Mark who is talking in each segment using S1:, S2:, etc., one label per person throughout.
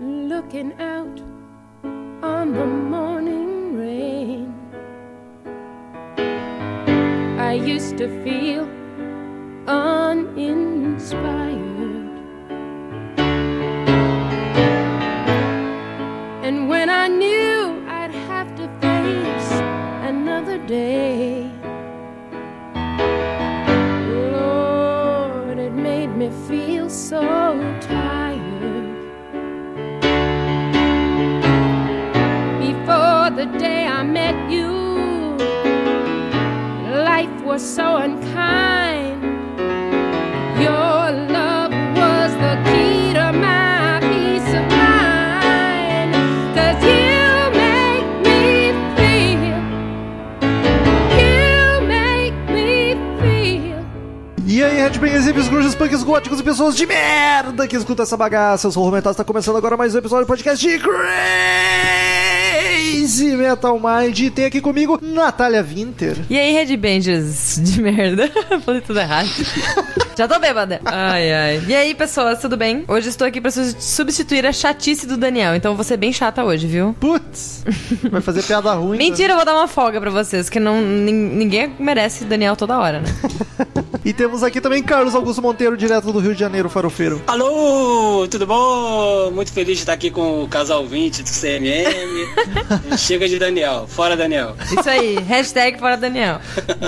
S1: looking out on the morning rain. I used to feel uninspired. And when I knew I'd have to face another day, Lord, it made me feel so tired. Before the day I met you, life was so unkind. Your love was the key to my peace of mind. 'Cause you make me feel, you make me feel.
S2: E aí, headbangers, hippies, grunges, punks, góticos e pessoas de merda que escuta essa bagaça. Eu sou o Romental, está começando agora mais um episódio do podcast de Crazy Metal Mind. E tem aqui comigo Natália Winter.
S3: E aí, Red Banges de merda? Falei tudo errado. Já tô bêbada. Ai, ai. E aí, pessoas, tudo bem? Hoje estou aqui pra su- substituir a chatice do Daniel, então vou ser bem chata hoje, viu?
S2: Putz, vai fazer piada ruim. né?
S3: Mentira, eu vou dar uma folga pra vocês, que não, nin- ninguém merece Daniel toda hora, né?
S2: E temos aqui também Carlos Augusto Monteiro, direto do Rio de Janeiro, farofeiro.
S4: Alô, tudo bom? Muito feliz de estar aqui com o casal 20 do CMM. Chega de Daniel, fora Daniel.
S3: Isso aí, hashtag fora Daniel.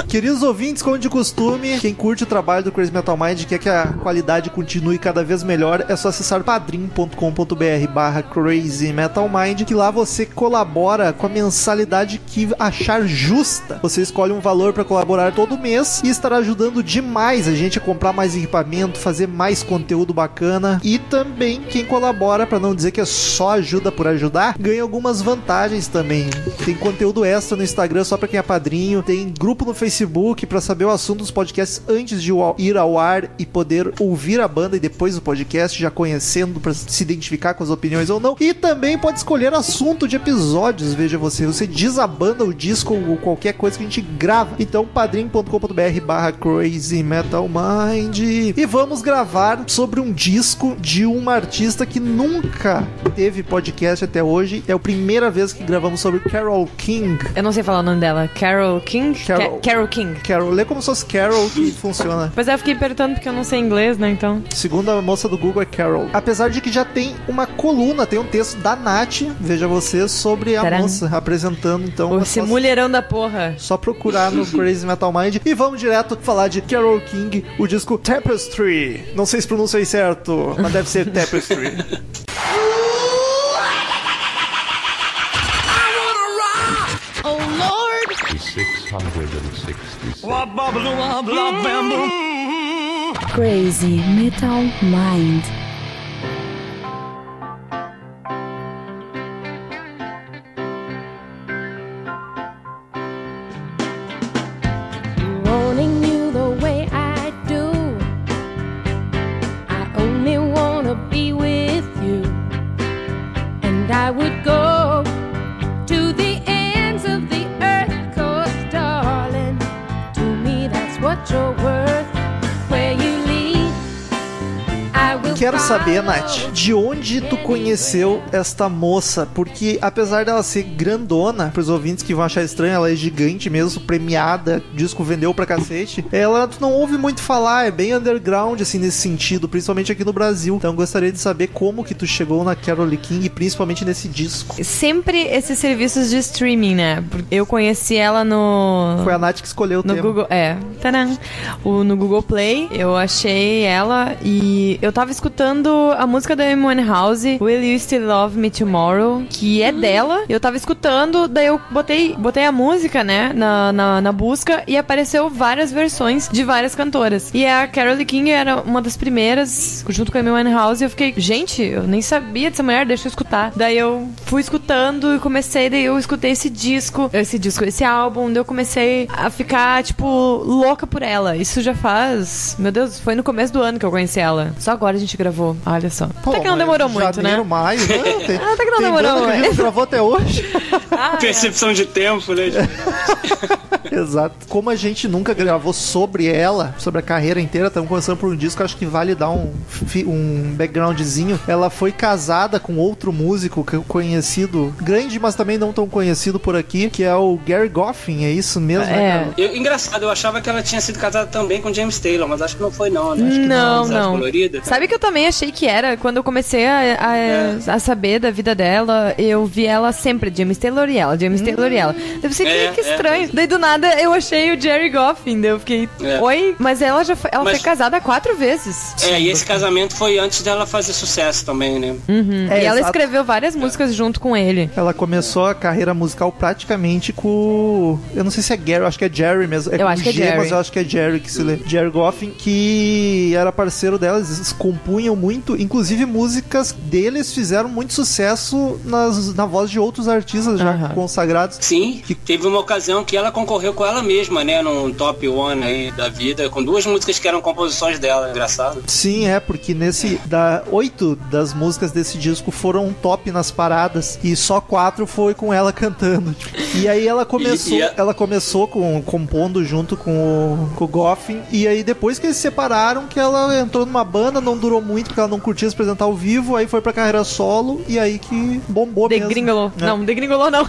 S2: Queridos ouvintes, como de costume, quem curte o trabalho do Crazy Metal Mind e quer que a qualidade continue cada vez melhor, é só acessar padrim.com.br barra Crazy Metal Mind, que lá você colabora com a mensalidade que achar justa. Você escolhe um valor para colaborar todo mês e estará ajudando demais a gente a comprar mais equipamento, fazer mais conteúdo bacana e também quem colabora, para não dizer que é só ajuda por ajudar, ganha algumas vantagens também. Tem conteúdo extra no Instagram só pra quem é padrinho, tem grupo no Facebook pra saber o assunto dos podcasts antes de o- ir ao ar e poder ouvir a banda e depois o podcast, já conhecendo pra se identificar com as opiniões ou não. E também pode escolher assunto de episódios, veja você, você diz a banda, o disco ou qualquer coisa que a gente grava. Então padrim.com.br barra Crazy Metal Mind. E vamos gravar sobre um disco de uma artista que nunca teve podcast até hoje. É a primeira vez que gravamos sobre Carol King.
S3: Eu não sei falar o nome dela. Carol King?
S2: Carol.
S3: Ca- Carol King.
S2: Carol, lê como se fosse Carol que funciona.
S3: Pois é, eu fiquei perguntando porque eu não sei inglês, né, então...
S2: Segundo a moça do Google, é Carol. Apesar de que já tem uma coluna, tem um texto da Nath, veja você, sobre a
S3: Tcharam.
S2: moça apresentando. Então,
S3: Ô,
S2: é
S3: Esse
S2: só-
S3: mulherão da porra.
S2: Só procurar no Crazy Metal Mind. E vamos direto falar de Carol King, o disco Tapestry. Não sei se pronunciei certo, mas deve ser Tapestry.
S5: Crazy Metal Mind.
S1: wanting you the way I do. I only wanna be with you, and I would go to the ends of the earth, 'cause darling, to me that's what you're worth. Where you lead, I will
S2: Quero saber,
S1: follow.
S2: Nath, de onde tu conheceu esta moça? Porque apesar dela ser grandona, pros ouvintes que vão achar estranho, ela é gigante mesmo, premiada, disco vendeu pra cacete. Ela tu não ouve muito falar, é bem underground assim nesse sentido, principalmente aqui no Brasil. Então gostaria de saber como que tu chegou na Carol King, principalmente nesse disco.
S3: Sempre esses serviços de streaming, né? Eu conheci ela no...
S2: Foi a Nath que escolheu o
S3: No
S2: tema.
S3: Google, é, tcharam. o no Google Play, eu achei ela e eu tava escutando a música da Amy House, Will You Still Love Me Tomorrow, que é dela. Eu tava escutando, daí eu botei, botei a música, né, na, na, na busca e apareceu várias versões de várias cantoras. E é a Carole King era uma das primeiras, junto com a Amy House, e eu fiquei, gente, eu nem sabia dessa mulher, deixa eu escutar. Daí eu fui escutando e comecei, daí eu escutei esse disco, esse disco, esse álbum, daí eu comecei a ficar, tipo, louca por ela. Isso já faz. Meu Deus, foi no começo do ano que eu conheci ela. Só agora a gente gravou. Olha só. até que não
S2: mas
S3: demorou muito,
S2: janeiro,
S3: né?
S2: maio, né? Tem,
S3: Até que não
S2: tem
S3: demorou,
S2: banda que a gente
S3: ué.
S2: não gravou até hoje.
S3: Ah, é.
S4: Percepção de tempo, né?
S2: Exato. Como a gente nunca gravou sobre ela, sobre a carreira inteira, estamos começando por um disco, acho que vale dar um, fi- um backgroundzinho. Ela foi casada com outro músico que eu conhecido, grande, mas também não tão conhecido por aqui, que é o Gary Goffin, é isso mesmo? né,
S3: É.
S2: Carol?
S4: Eu- engraçado, eu achava que ela tinha sido casada também com James Taylor, mas acho que não foi não, né? Acho que
S3: Não,
S4: Amizade
S3: não.
S4: Colorida.
S3: Sabe que eu também achei que era? Quando eu comecei a, a-
S4: É.
S3: a saber da vida dela, eu vi ela sempre, James Taylor e ela, James Taylor e ela. Daí eu pensei,
S4: É,
S3: que
S4: é.
S3: estranho. Daí do nada eu achei o Jerry Goffin, daí eu fiquei,
S4: É.
S3: oi? Mas ela já foi, ela
S4: Mas-
S3: foi casada quatro vezes.
S4: É, e esse casamento foi antes dela fazer sucesso também, né?
S3: Uhum.
S2: É,
S3: e ela
S2: exato.
S3: escreveu várias músicas junto com ele.
S2: Ela começou a carreira musical praticamente com. Eu não sei se é Gary, eu acho que é Jerry mesmo. É
S3: Eu
S2: com
S3: acho que é
S2: G,
S3: Jerry.
S2: Mas eu acho que é Jerry que se lê. Jerry Goffin, que era parceiro delas, eles compunham muito. Inclusive, músicas deles fizeram muito sucesso nas, na voz de outros artistas já
S3: Aham.
S2: consagrados.
S4: Sim,
S2: Que-
S4: teve uma ocasião que ela concorreu com ela mesma, né? Num top one aí da vida, com duas músicas que eram composições dela, engraçado.
S2: Sim, é, porque nesse. Da, oito das músicas desse disco foram top nas paradas e só quatro foi com ela cantando. tipo. E aí ela começou.
S4: E- e a-
S2: Ela começou com, compondo junto com o, com o Goffin. E aí depois que eles se separaram, que ela entrou numa banda, não durou muito, porque ela não curtia se apresentar ao vivo, aí foi pra carreira solo e aí que bombou mesmo.
S3: Degringolou.
S2: né?
S3: Não, degringolou não.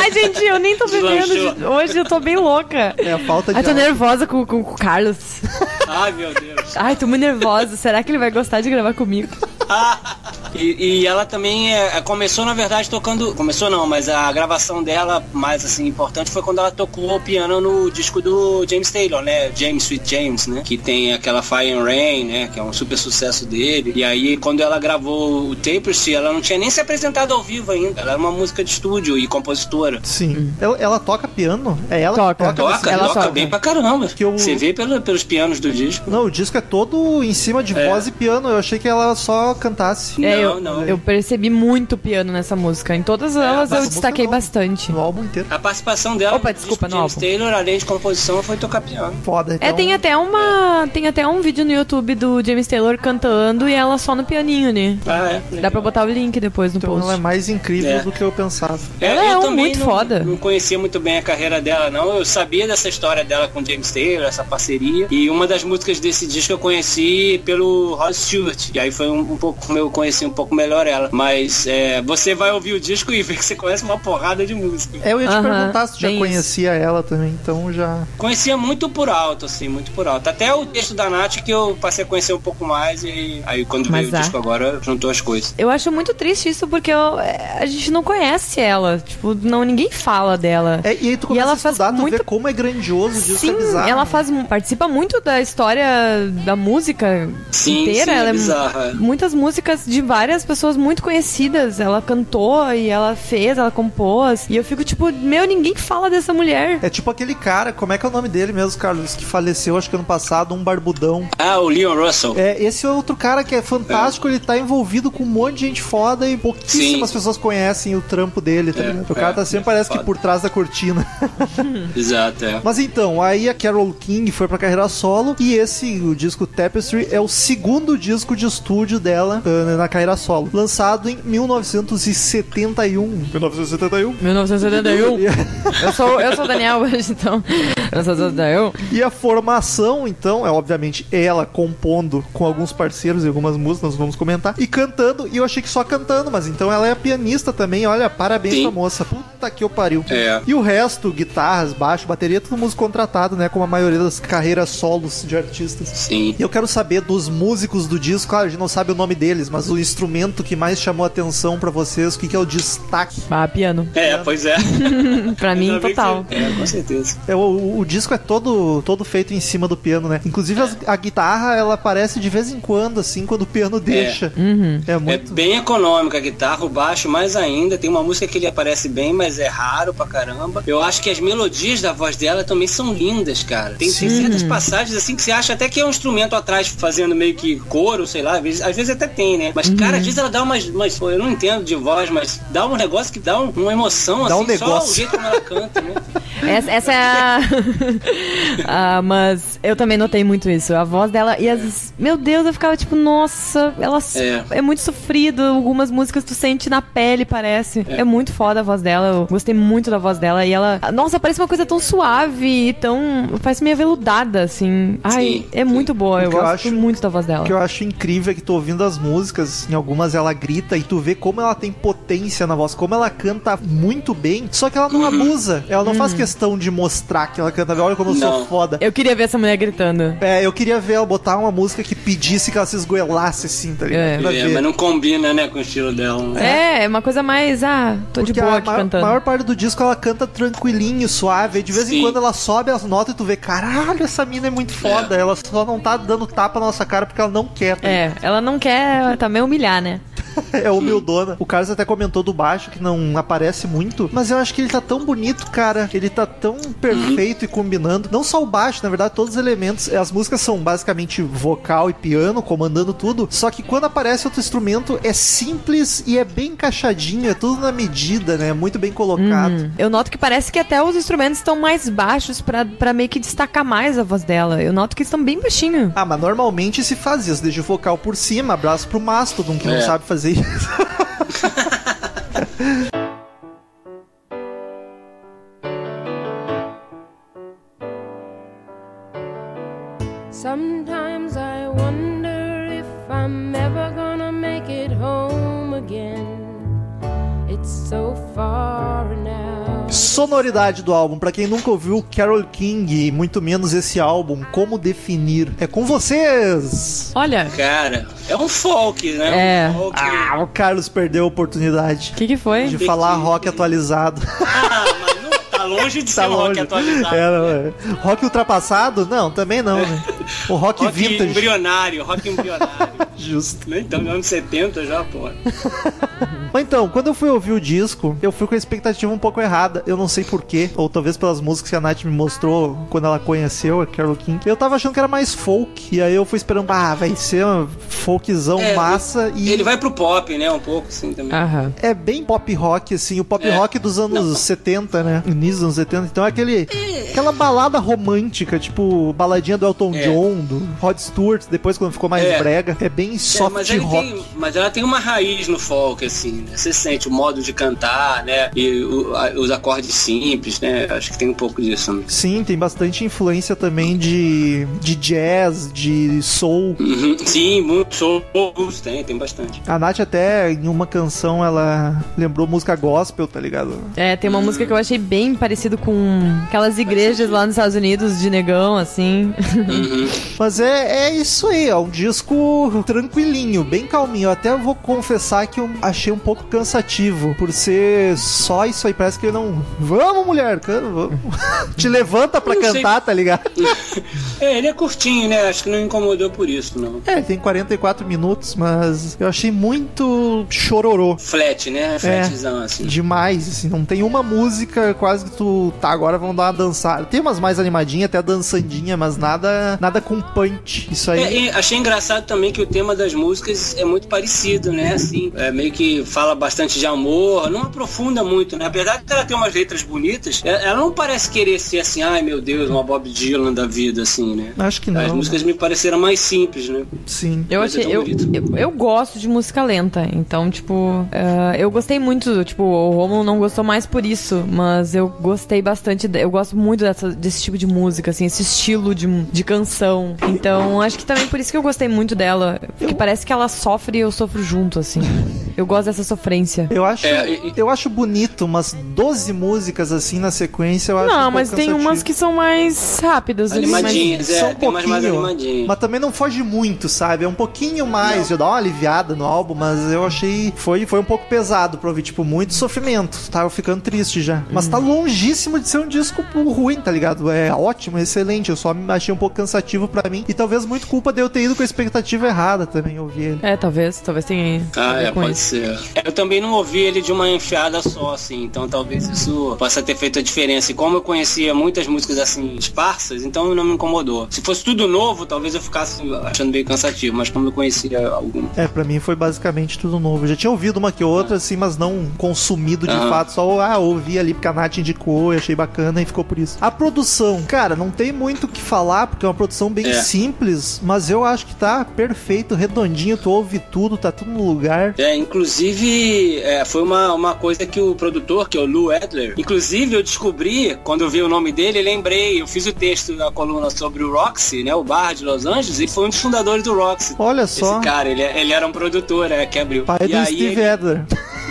S3: Ai, gente, eu nem tô
S4: Deslanchou.
S3: bebendo. Hoje eu tô bem louca.
S2: É a falta de.
S3: Ai, tô
S2: ar.
S3: nervosa com, com, com o Carlos.
S4: Ai, meu Deus.
S3: Ai, tô muito nervosa. Será que ele vai gostar de gravar comigo?
S4: E, e ela também é, começou, na verdade, tocando. Começou não, mas a gravação dela mais assim importante foi quando ela tocou o piano no disco do James Taylor, né? James Sweet James, né? Que tem aquela Fire and Rain, né? Que é um super sucesso dele. E aí, quando ela gravou o Tapestry, ela não tinha nem se apresentado ao vivo ainda. Ela era uma música de estúdio e compositora.
S2: Sim. Ela, ela toca piano? É ela
S3: Hum. Toca.
S2: que toca. nesse
S4: Toca,
S3: Então, assim, Ela
S4: toca
S3: toca.
S4: bem pra caramba.
S2: Que eu-
S4: Você vê pelo- pelos pianos do disco.
S2: Não, o disco é todo em cima de
S4: É.
S2: voz e piano. Eu achei que ela só cantasse.
S3: É,
S4: Não,
S3: eu,
S4: não.
S3: eu percebi muito piano nessa música. Em todas elas eu
S2: É, essa
S3: destaquei
S2: música não.
S3: bastante.
S2: No álbum inteiro.
S4: A participação dela
S3: Opa,
S4: no
S3: desculpa,
S4: disco do James
S3: no
S4: Taylor, além de composição, foi tocar piano.
S2: Foda.
S3: É,
S2: então-
S3: tem até uma. Tem até um vídeo no YouTube do James Taylor cantando e ela só no pianinho, né?
S4: Ah, é.
S3: Dá pra botar o link depois no
S2: Então
S3: post.
S2: ela é mais incrível
S4: É.
S2: do que eu pensava.
S3: Ela é
S4: eu
S3: um
S4: também
S3: muito
S4: não,
S3: foda.
S4: Não conhecia muito bem a carreira dela, não. Eu sabia dessa história dela com James Taylor, essa parceria. E uma das músicas desse disco eu conheci pelo Rod Stewart. E aí foi um, um pouco como eu conheci um pouco melhor ela. Mas é, você vai ouvir o disco e ver que você conhece uma porrada de música.
S2: É, eu ia te
S3: Aham,
S2: perguntar se tu já
S3: bem
S2: conhecia ela também, então já.
S4: Conhecia muito por alto, assim, muito por alto. Até o texto da Nath que eu passei a conhecer um pouco mais e aí quando
S3: Mas
S4: veio
S3: é.
S4: o disco agora juntou as coisas.
S3: Eu acho muito triste isso porque eu- é, a gente não conhece ela. Tipo, não, ninguém fala dela.
S2: É, e aí tu começa
S3: ela
S2: a estudar,
S3: faz
S2: tu vê
S3: muito-
S2: como é grandioso o disco,
S3: Sim,
S2: é bizarro.
S3: ela faz, mu- participa muito da história da música
S4: Sim,
S3: inteira.
S4: sim,
S3: ela
S4: é
S3: é mu-
S4: bizarra.
S3: muitas músicas de várias pessoas muito conhecidas. Ela cantou e ela fez, ela compôs. E eu fico tipo, meu, ninguém fala dessa mulher.
S2: É tipo aquele cara, como é que é o nome dele mesmo, Carlos, que faleceu acho que ano passado, um barbudão.
S4: Ah, o Leon Russell.
S2: É, esse é outro cara que é fantástico, ele tá envolvido com um monte de gente foda e pouquíssimas
S4: Sim.
S2: pessoas conhecem o trampo dele, tá
S4: É,
S2: ligado? O cara
S4: é,
S2: tá sempre,
S4: é
S2: parece que
S4: foda.
S2: por trás da cortina.
S4: Exato, é.
S2: Mas então, aí a Carol King foi pra carreira solo e esse, o disco Tapestry, é o segundo disco de estúdio dela ah, na carreira solo, lançado em 1971. 1971?
S3: 1971. eu sou eu sou o Daniel hoje, então. Eu sou o Daniel.
S2: E a formação, então, é obviamente ela compondo com alguns parceiros e algumas músicas, nós vamos comentar, e cantando, e eu achei que só cantando, mas então ela é pianista também, olha, parabéns
S4: Sim.
S2: pra moça, puta que eu pariu.
S4: É.
S2: E o resto, guitarras, baixo, bateria, tudo músico contratado, né, como a maioria das carreiras solos de artistas.
S4: Sim.
S2: E eu quero saber dos músicos do disco, claro, a gente não sabe o nome deles, mas o instrumento que mais chamou a atenção pra vocês, o que, que é o destaque?
S3: Ah, piano.
S4: É, pois é.
S3: Pra mim,
S4: Ainda bem que
S3: total.
S4: você- É, com certeza.
S2: É, o, o disco é todo, todo feito em cima do piano, né? Inclusive as- a guitarra, ela aparece de vez em quando, assim, quando o piano deixa.
S3: Uhum.
S2: É,
S4: É
S2: muito...
S4: bem econômica a guitarra, o baixo mais ainda. Tem uma música que ele aparece bem, mas é raro pra caramba. Eu acho que as melodias da voz dela também são lindas, cara. Tem, tem certas passagens assim que você acha até que é um instrumento atrás fazendo meio que coro, sei lá. Às vezes, às vezes até tem, né?
S3: Uhum.
S4: Mas, cara, às vezes ela dá umas, umas- pô, Eu não entendo de voz, mas dá um negócio que dá um- uma emoção
S2: Dá
S4: assim,
S2: um negócio.
S4: só o jeito como ela canta, né?
S3: Essa, essa é a... Ah, mas eu também notei muito isso. A voz dela e as. Meu Deus, eu ficava tipo, nossa, ela s-
S4: É.
S3: é, muito sofrido. Algumas músicas tu sente na pele, parece. É. muito foda a voz dela. Eu gostei muito da voz dela. E ela. Nossa, parece uma coisa tão suave e tão. Parece meio aveludada, assim. Ai,
S4: Sim,
S3: é muito boa.
S2: O
S3: Eu
S2: que eu
S3: gosto
S2: acho-
S3: muito da voz dela.
S2: O que eu acho incrível é que tu ouvindo as músicas, em algumas ela grita e tu vê como ela tem potência na voz, como ela canta muito bem, só que ela não
S4: Uhum.
S2: abusa. Ela não faz questão de mostrar que ela canta bem. Olha como eu sou
S4: Não.
S2: foda.
S3: Eu queria ver essa mulher gritando.
S2: É, eu queria ver ela botar uma música que pedisse que ela se esgoelasse assim, tá ligado?
S3: É.
S2: Pra
S4: É,
S2: ver.
S4: mas não combina, né, com o estilo dela. né?
S3: É, é uma coisa mais. Ah, tô de
S2: Porque
S3: boa
S2: a
S3: aqui
S2: maior,
S3: cantando.
S2: maior parte do disco ela canta tranquilinho, suave. aí De vez em
S4: Sim.
S2: quando ela sobe as notas e tu vê, caralho, essa mina é muito foda. Ela só não tá dando tapa na nossa cara porque ela não quer. tá
S3: É, ela não quer também humilhar, né?
S2: É humildona. O Carlos até comentou do baixo que não aparece muito, mas eu acho que ele tá tão bonito, cara. Ele tá tão perfeito e combinando. Não só o baixo, na verdade, todos os elementos. As músicas são basicamente vocal e piano comandando tudo. Só que quando aparece outro instrumento, é simples e é bem encaixadinho. É tudo na medida, né? Muito bem colocado.
S3: Eu noto que parece que até os instrumentos estão mais baixos pra, pra meio que destacar mais a voz dela. Eu noto que estão bem baixinho.
S2: Ah, mas normalmente se faz isso. Deixa o vocal por cima, abraço pro Mastodon, que não
S4: É.
S2: sabe fazer isso.
S1: Sometimes I wonder if I'm ever gonna make it home again. It's so far now.
S2: Sonoridade do álbum, pra quem nunca ouviu Carol King, e muito menos esse álbum, como definir? É com vocês!
S3: Olha,
S4: Cara, é um folk, né?
S3: É.
S4: Um folk.
S2: Ah, o Carlos perdeu a oportunidade
S3: o que que foi?
S2: de falar rock atualizado.
S4: Ah, mas não tá longe de
S2: Tá
S4: ser um rock
S2: longe.
S4: atualizado.
S2: É, não, é. Rock ultrapassado? Não, também não, né? O rock,
S4: Rock
S2: vintage.
S4: embrionário, rock embrionário.
S2: Justo.
S4: Nem tão nos anos 70 já, pô.
S2: Mas então, quando eu fui ouvir o disco, eu fui com a expectativa um pouco errada. Eu não sei porquê, ou talvez pelas músicas que a Nath me mostrou quando ela conheceu a Carol King. Eu tava achando que era mais folk, e aí eu fui esperando, ah, vai ser um folkzão
S4: É,
S2: massa. E
S4: Ele vai pro pop, né? Um pouco, assim, também.
S3: Aham.
S2: é bem pop rock, assim, o pop
S4: É.
S2: rock dos anos
S4: Não.
S2: 70, né? Início dos anos 70. Então é aquele, aquela balada romântica, tipo baladinha do Elton
S4: É.
S2: John, do Rod Stewart, depois quando ficou mais
S4: É.
S2: brega. É bem
S4: É,
S2: soft
S4: mas, ele
S2: rock.
S4: tem, mas ela tem uma raiz no folk, assim, né? Você sente o modo de cantar, né? E o- a- os acordes simples, né? Acho que tem um pouco disso. né?
S2: Sim, tem bastante influência também de, de jazz, de soul.
S4: Uhum. Sim, muito soul blues, tem, tem bastante.
S2: A Nath até, em uma canção, ela lembrou música gospel, tá ligado?
S3: É, tem uma música que eu achei bem parecido com aquelas igrejas lá nos Estados Unidos de negão, assim.
S4: Uhum.
S2: Mas é, é isso aí, é um disco tranquilinho, bem calminho. Eu até vou confessar que eu achei um pouco cansativo, por ser só isso aí. Parece que ele não... Vamos, mulher! can- Vamos. Te levanta pra
S4: Eu não sei.
S2: cantar, tá ligado?
S4: É, ele é curtinho, né? Acho que não incomodou por isso, não.
S2: É, tem 44 minutos, mas eu achei muito chororô.
S4: Flat, né?
S2: É.
S4: Flatzão, assim.
S2: Demais, assim, não tem uma música quase que tu tá agora vão dar uma dançada. Tem umas mais animadinhas, até dançandinha, mas nada nada com punch. Isso
S4: É,
S2: aí.
S4: e achei engraçado também que o tema das músicas é muito parecido, né? Assim, é meio que fala bastante de amor, não aprofunda muito, né? Apesar de ela ter umas letras bonitas, é- ela não parece querer ser assim, ai meu Deus, uma Bob Dylan da vida, assim, né?
S2: Acho que
S4: As
S2: não.
S4: músicas me pareceram mais simples, né?
S2: Sim.
S3: Eu
S4: Mas é
S3: achei.
S4: tão
S3: Eu,
S4: bonito.
S3: eu, eu gosto de música lenta, então, tipo. eh, eu gostei muito, tipo, o Romulo não gostou mais por isso, mas eu gostei bastante. de- Eu gosto muito dessa- desse tipo de música, assim, esse estilo de, de canção. Então, acho que também por isso que eu gostei muito dela. Porque parece que ela sofre e eu sofro junto, assim. Eu gosto dessa sofrência.
S2: Eu acho,
S4: É, e-
S2: eu acho bonito, mas 12 músicas assim na sequência eu acho um
S3: Não,
S2: pouco
S3: mas tem
S2: cansativo.
S3: umas que são mais rápidas. assim, mas-
S4: Animadinhas,
S2: só
S4: é,
S2: um
S4: tem umas mais
S2: pouquinho.
S4: animadinhas.
S2: Mas também não foge muito, sabe? É um pouquinho mais, já dá uma aliviada no álbum, mas eu achei. Foi, foi um pouco pesado pra ouvir, tipo, muito sofrimento. Tava ficando triste já. Mas tá longíssimo de ser um disco ruim, tá ligado? É ótimo, excelente. Eu só me achei um pouco cansativo pra mim. E talvez muito culpa de eu ter ido com a expectativa errada também ouvir ele.
S3: É, talvez, talvez tenha. a
S4: Ah,
S3: ver
S4: é,
S3: com
S4: pode
S3: isso.
S4: ser. Eu também não ouvi ele de uma enfiada só, assim, então talvez isso possa ter feito a diferença. E como eu conhecia muitas músicas assim, esparsas, então não me incomodou. Se fosse tudo novo, talvez eu ficasse achando meio cansativo, mas como eu conhecia algum.
S2: É, pra mim foi basicamente tudo novo. Eu já tinha ouvido uma que outra, assim, mas não consumido de
S4: Aham.
S2: fato. Só, ah, ouvi ali porque a Nath indicou, eu achei bacana e ficou por isso. A produção, cara, não tem muito o que falar, porque é uma produção bem
S4: É.
S2: simples, mas eu acho que tá perfeito, redondinho, tu ouve tudo, tá tudo no lugar.
S4: É, inclusive, é, foi uma, uma coisa que o produtor, que é o Lou Adler, inclusive eu descobri, quando eu vi o nome dele, lembrei, eu fiz o texto na coluna sobre o Roxy, né, o bar de Los Angeles, e foi um dos fundadores do Roxy.
S2: Olha
S4: Esse
S2: só,
S4: cara, ele, ele era um produtor, né, que abriu.
S2: pai
S4: e
S2: do
S4: aí
S2: Steve
S4: ele-
S2: Adler.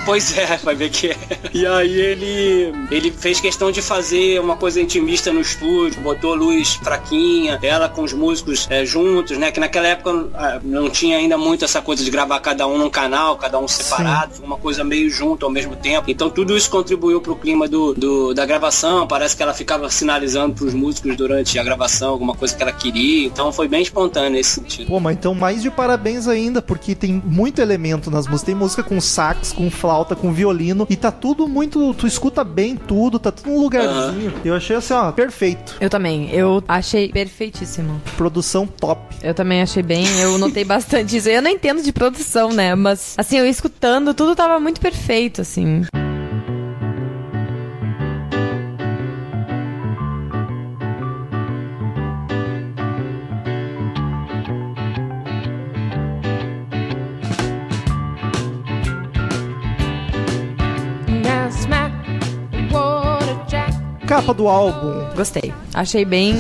S4: Pois é, vai ver que é. E aí ele, ele fez questão de fazer uma coisa intimista no estúdio, botou luz fraquinha, ela com os músicos é, juntos, né? Que naquela época ah, não tinha ainda muito essa coisa de gravar cada um num canal, cada um separado, uma coisa meio junto ao mesmo tempo. Então tudo isso contribuiu pro clima do, do- da gravação. Parece que ela ficava sinalizando pros músicos durante a gravação alguma coisa que ela queria. Então foi bem espontâneo nesse sentido.
S2: Pô, mas então mais de parabéns ainda, porque tem muito elemento nas músicas. Tem música com sax, com flauta, com violino, e tá tudo muito. Tu escuta bem tudo, tá tudo no lugarzinho. Eu achei assim, ó, perfeito.
S3: Eu também. Eu achei perfeitíssimo.
S2: Produção top.
S3: Eu também achei bem. Eu notei bastante isso. Eu não entendo de produção, né? Mas, assim, eu escutando, tudo tava muito perfeito, assim.
S1: Now smack the water jack.
S2: Capa do álbum.
S3: Gostei. Achei bem.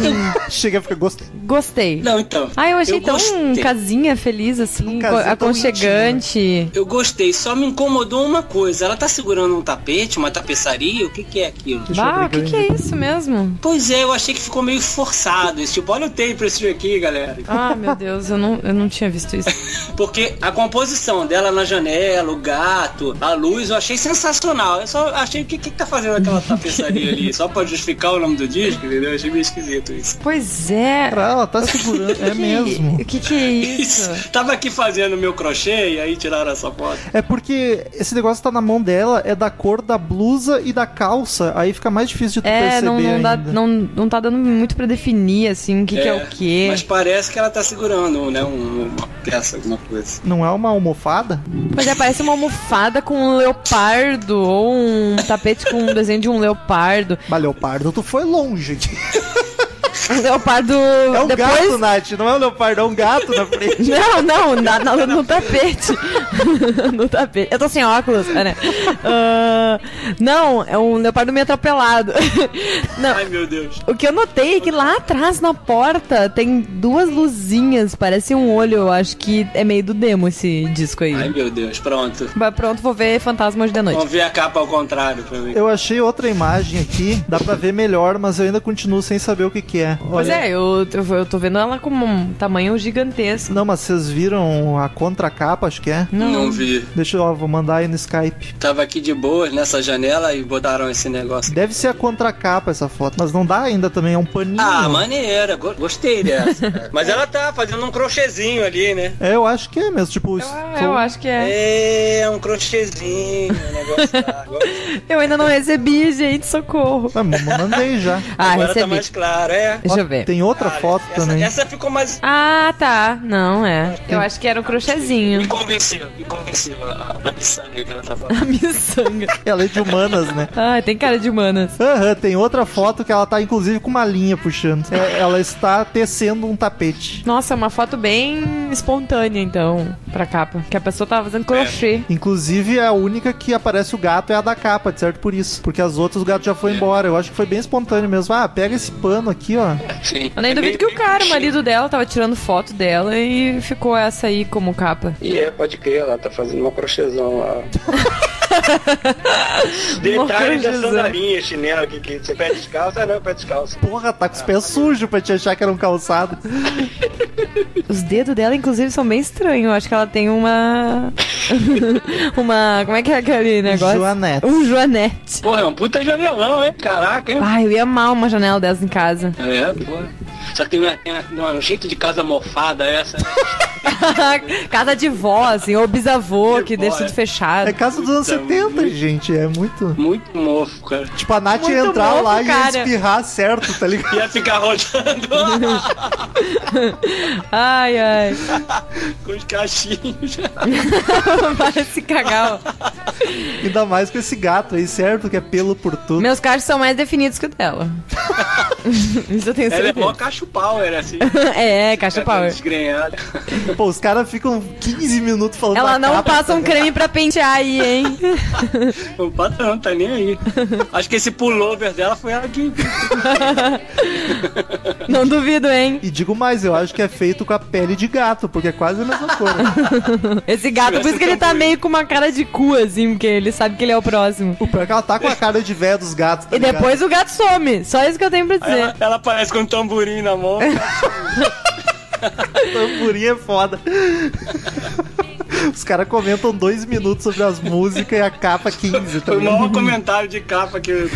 S2: Chega a ficar gostei.
S3: Gostei.
S4: Não, então.
S3: Ah, eu achei tão
S4: gostei.
S3: casinha feliz, assim,
S2: Tão casinha, tão
S3: aconchegante.
S4: Eu gostei, só me incomodou uma coisa. Ela tá segurando um tapete, uma tapeçaria, o que que é aquilo?
S2: Deixa eu
S3: Bah, o
S2: abrir
S3: que,
S2: aqui.
S3: que é isso mesmo?
S4: Pois é, eu achei que ficou meio forçado. Esse tipo, olha o tempo esse aqui, galera.
S3: Ah, meu Deus, eu não, eu não tinha visto isso.
S4: Porque a composição dela na janela, o gato, a luz, eu achei sensacional. Eu só achei, o que que tá fazendo aquela tapeçaria ali? Só pra justificar o nome do disco, entendeu? Eu achei meio esquisito isso.
S3: Pois é.
S2: Cara, ela tá segurando. É
S3: Que-
S2: mesmo.
S3: O que, que é isso?
S4: Tava aqui fazendo meu crochê e aí tiraram essa foto.
S2: É porque esse negócio tá na mão dela, é da cor da blusa e da calça. Aí fica mais difícil de tu
S3: É,
S2: perceber.
S3: não, não, dá,
S2: ainda.
S3: não, não tá dando muito pra definir, assim, o que é, que é o quê.
S4: Mas parece que ela tá segurando, né? Um, uma peça, alguma coisa.
S2: Não é uma almofada?
S3: Pois é, parece uma almofada com um leopardo, ou um tapete com um desenho de um leopardo.
S2: Mas leopardo, tu foi longe.
S3: Um leopardo
S2: É um
S3: depois...
S2: gato, Nath. Não é um leopardo, é um gato na frente.
S3: Não, não, na- na- no tapete. no tapete. Eu tô sem óculos, né? Ah, não, é um leopardo meio atropelado. não,
S4: Ai, meu Deus.
S3: o que eu notei é que lá atrás, na porta, tem duas luzinhas, parece um olho. Eu acho que é meio do demo esse disco aí.
S4: Ai, meu Deus. Pronto.
S3: Mas Pronto, vou ver Fantasma hoje de noite.
S4: Vamos ver a capa ao contrário pra mim.
S2: Eu achei outra imagem aqui, dá pra ver melhor, mas eu ainda continuo sem saber o que que é.
S3: Pois
S2: Olha.
S3: é, eu, eu, eu tô vendo ela com um tamanho gigantesco. Hum.
S2: Não, mas vocês viram a contracapa, acho que é?
S4: Não vi.
S2: Deixa eu, ó, vou mandar aí no Skype.
S4: Tava aqui de boas nessa janela e botaram esse negócio.
S2: Deve ser a contracapa essa foto, mas não dá ainda também, é um paninho.
S4: Ah, maneira, go- gostei dessa.
S3: É.
S4: cara. Mas ela tá fazendo um crochêzinho ali, né?
S2: É, eu acho que é mesmo, tipo...
S3: Ah, eu acho que é.
S4: É, um crochêzinho, o negócio tá. Agora,
S3: Eu ainda não recebi, gente, socorro.
S2: Ah, mas mandei já.
S3: Ah,
S4: agora tá
S3: recebi.
S4: mais claro, é.
S3: Deixa
S2: Ó,
S3: eu ver.
S2: Tem outra
S4: Cara,
S2: foto
S4: essa,
S2: também.
S4: Essa ficou mais.
S3: Ah, tá. Não, é. Eu acho que era um crochêzinho.
S4: Me convenceu, me convenceu a a miçanga que ela tá falando.
S3: A miçanga.
S2: Ela é de humanas, né?
S3: Ah, tem cara de humanas.
S2: Aham, tem outra foto que ela tá inclusive com uma linha puxando. É, ela está tecendo um tapete.
S3: Nossa, é uma foto bem espontânea, então, pra capa. Que a pessoa tava fazendo crochê.
S2: Inclusive, é a única que aparece o gato é a da capa, de certo? Por isso. Porque as outras o gato já foi embora. Eu acho que foi bem espontâneo mesmo. Ah, pega esse pano aqui, ó.
S4: Sim.
S3: Eu nem
S4: É
S3: duvido que
S4: meio-
S3: o cara, o marido dela, tava tirando foto dela e ficou essa aí como capa.
S4: E é, pode crer, ela tá fazendo uma crochêzão lá. Detalhe da
S3: crochêzão.
S4: sandalinha, chinelo, que, que você pé descalço, ah não, pé descalço.
S2: Porra, tá com os pés sujos pra te achar que era um calçado.
S3: Os dedos dela, inclusive, são bem estranhos. Eu acho que ela tem uma. uma. Como é que é aquele negócio?
S2: Joanete.
S3: Um joanete.
S4: Porra, é um puta janelão, hein? Caraca, hein?
S3: Ai, eu ia amar uma janela dessa em casa.
S4: É, porra. Só que tem, uma, tem uma- um jeito de casa mofada essa. né?
S3: Casa de vó, assim, ou bisavô
S4: De
S3: que
S4: vó,
S3: deixa tudo
S4: é.
S3: fechado.
S2: É casa dos anos
S4: Puta,
S2: 70,
S4: muito-
S2: gente. É muito.
S4: Muito mofo, cara.
S2: Tipo, a Nath ia
S3: Muito
S2: entrar
S3: bom,
S2: lá e ia
S3: cara.
S2: espirrar certo, tá ligado?
S4: Ia ficar rodando
S3: Ai, ai.
S4: com os cachinhos.
S3: Para se cagar. ó.
S2: Ainda mais com esse gato aí, certo? Que é pelo por tudo.
S3: Meus cachos são mais definidos que o dela. Isso eu tenho
S4: Ela é mó
S3: certeza.
S4: cacho power, assim.
S3: É, cacho
S4: Ela tá
S3: power.
S4: Desgrenhada.
S2: Pô, os caras ficam 15 minutos falando
S3: Ela
S2: da
S3: não
S2: capa,
S3: passa
S2: tá
S3: um
S2: ligado?
S3: creme pra pentear aí, hein?
S4: O pato não tá nem aí. Acho que esse pullover dela foi ela que.
S3: Não duvido, hein?
S2: E digo mais, eu acho que é feito com a pele de gato, porque é quase a mesma cor.
S3: Esse gato, por isso que ele tá meio com uma cara de cu, assim, porque ele sabe que ele é o próximo.
S2: o pior é que ela tá com a cara de véia dos gatos, tá
S3: E
S2: ligado?
S3: depois o gato some. Só isso que eu tenho pra dizer.
S4: Ela, ela aparece com um tamborim na mão.
S2: Tamborim é foda. Os caras comentam dois minutos sobre as músicas e a capa 15, tá
S4: Foi o
S2: ligado?
S4: maior comentário de capa que eu.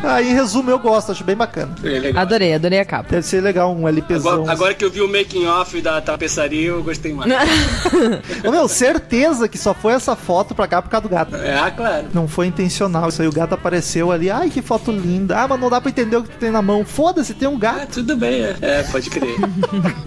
S2: Ah, em resumo, eu gosto, acho bem bacana.
S4: É legal.
S3: Adorei, adorei a capa.
S2: Deve ser legal um LPzão.
S4: Agora, agora que eu vi o making off da tapeçaria, eu gostei mais.
S2: Ô, meu, certeza que só foi essa foto pra cá por causa do gato.
S4: É, ah, claro.
S2: Não foi intencional, isso aí o gato apareceu ali. Ai, que foto linda. Ah, mas não dá pra entender o que tu tem na mão. Foda-se, tem um gato.
S4: Ah, tudo bem, é. É, pode crer.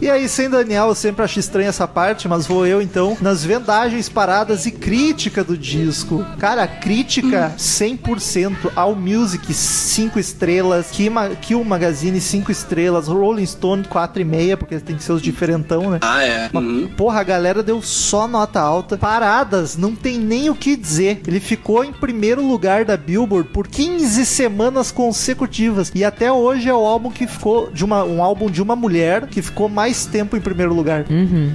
S2: E aí, sem Daniel, eu sempre achei estranha essa parte, mas vou eu então nas vendagens, paradas e crítica do disco. Cara, crítica 100% ao Music 5 estrelas, Ki- Ma- Kill Magazine 5 estrelas, Rolling Stone 4,5, porque tem que ser os diferentão, né?
S4: Ah, é.
S2: Mas,
S4: Uhum.
S2: Porra, a galera deu só nota alta. Paradas, não tem nem o que dizer. Ele ficou em primeiro lugar da Billboard por 15 semanas consecutivas. E até hoje é o álbum que ficou de uma, um álbum de uma mulher que ficou mais tempo em primeiro lugar.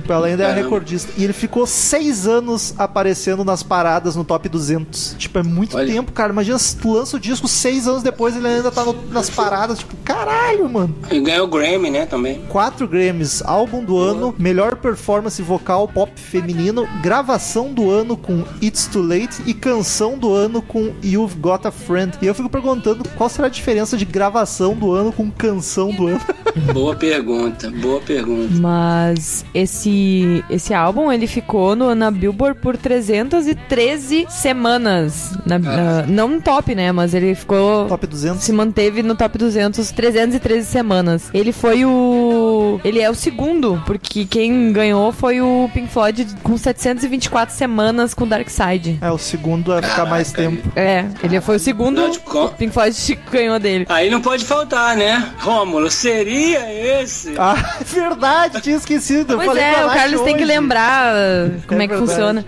S2: Ela ainda é a
S4: Caramba.
S2: recordista. E ele ficou seis anos aparecendo nas paradas no top 200. Tipo, é muito
S4: Olha.
S2: tempo, cara. Imagina se tu lança o disco seis anos depois ele ainda tá no- nas paradas. Tipo, caralho, mano.
S4: E ganhou o Grammy, né, também.
S2: Quatro Grammys, álbum do ano, melhor performance vocal pop feminino, gravação do ano com It's Too Late e canção do ano com You've Got a Friend. E eu fico perguntando qual será a diferença de gravação do ano com canção do ano.
S4: Boa pergunta, boa pergunta.
S3: Mas esse esse álbum ele ficou no, na Billboard por 313 semanas. Na- na- não no top, né? Mas ele ficou.
S2: Top 200.
S3: Se manteve no top 200 313 semanas. Ele foi o. Ele é o segundo, porque quem ganhou foi o Pink Floyd com 724 semanas com Dark Side.
S2: É, o segundo vai ficar mais
S4: Caraca,
S2: tempo.
S3: É, ele foi o segundo.
S4: Não, tipo,
S3: O Pink Floyd ganhou dele.
S4: Aí não pode faltar, né? Rômulo, seria esse?
S2: Ah, é verdade, tinha esquecido. Eu
S3: Pois
S2: falei com
S3: é,
S2: a
S3: o
S2: Nath
S3: Carlos tem que
S2: hoje.
S3: lembrar uh, como é, que
S2: verdade.
S3: funciona.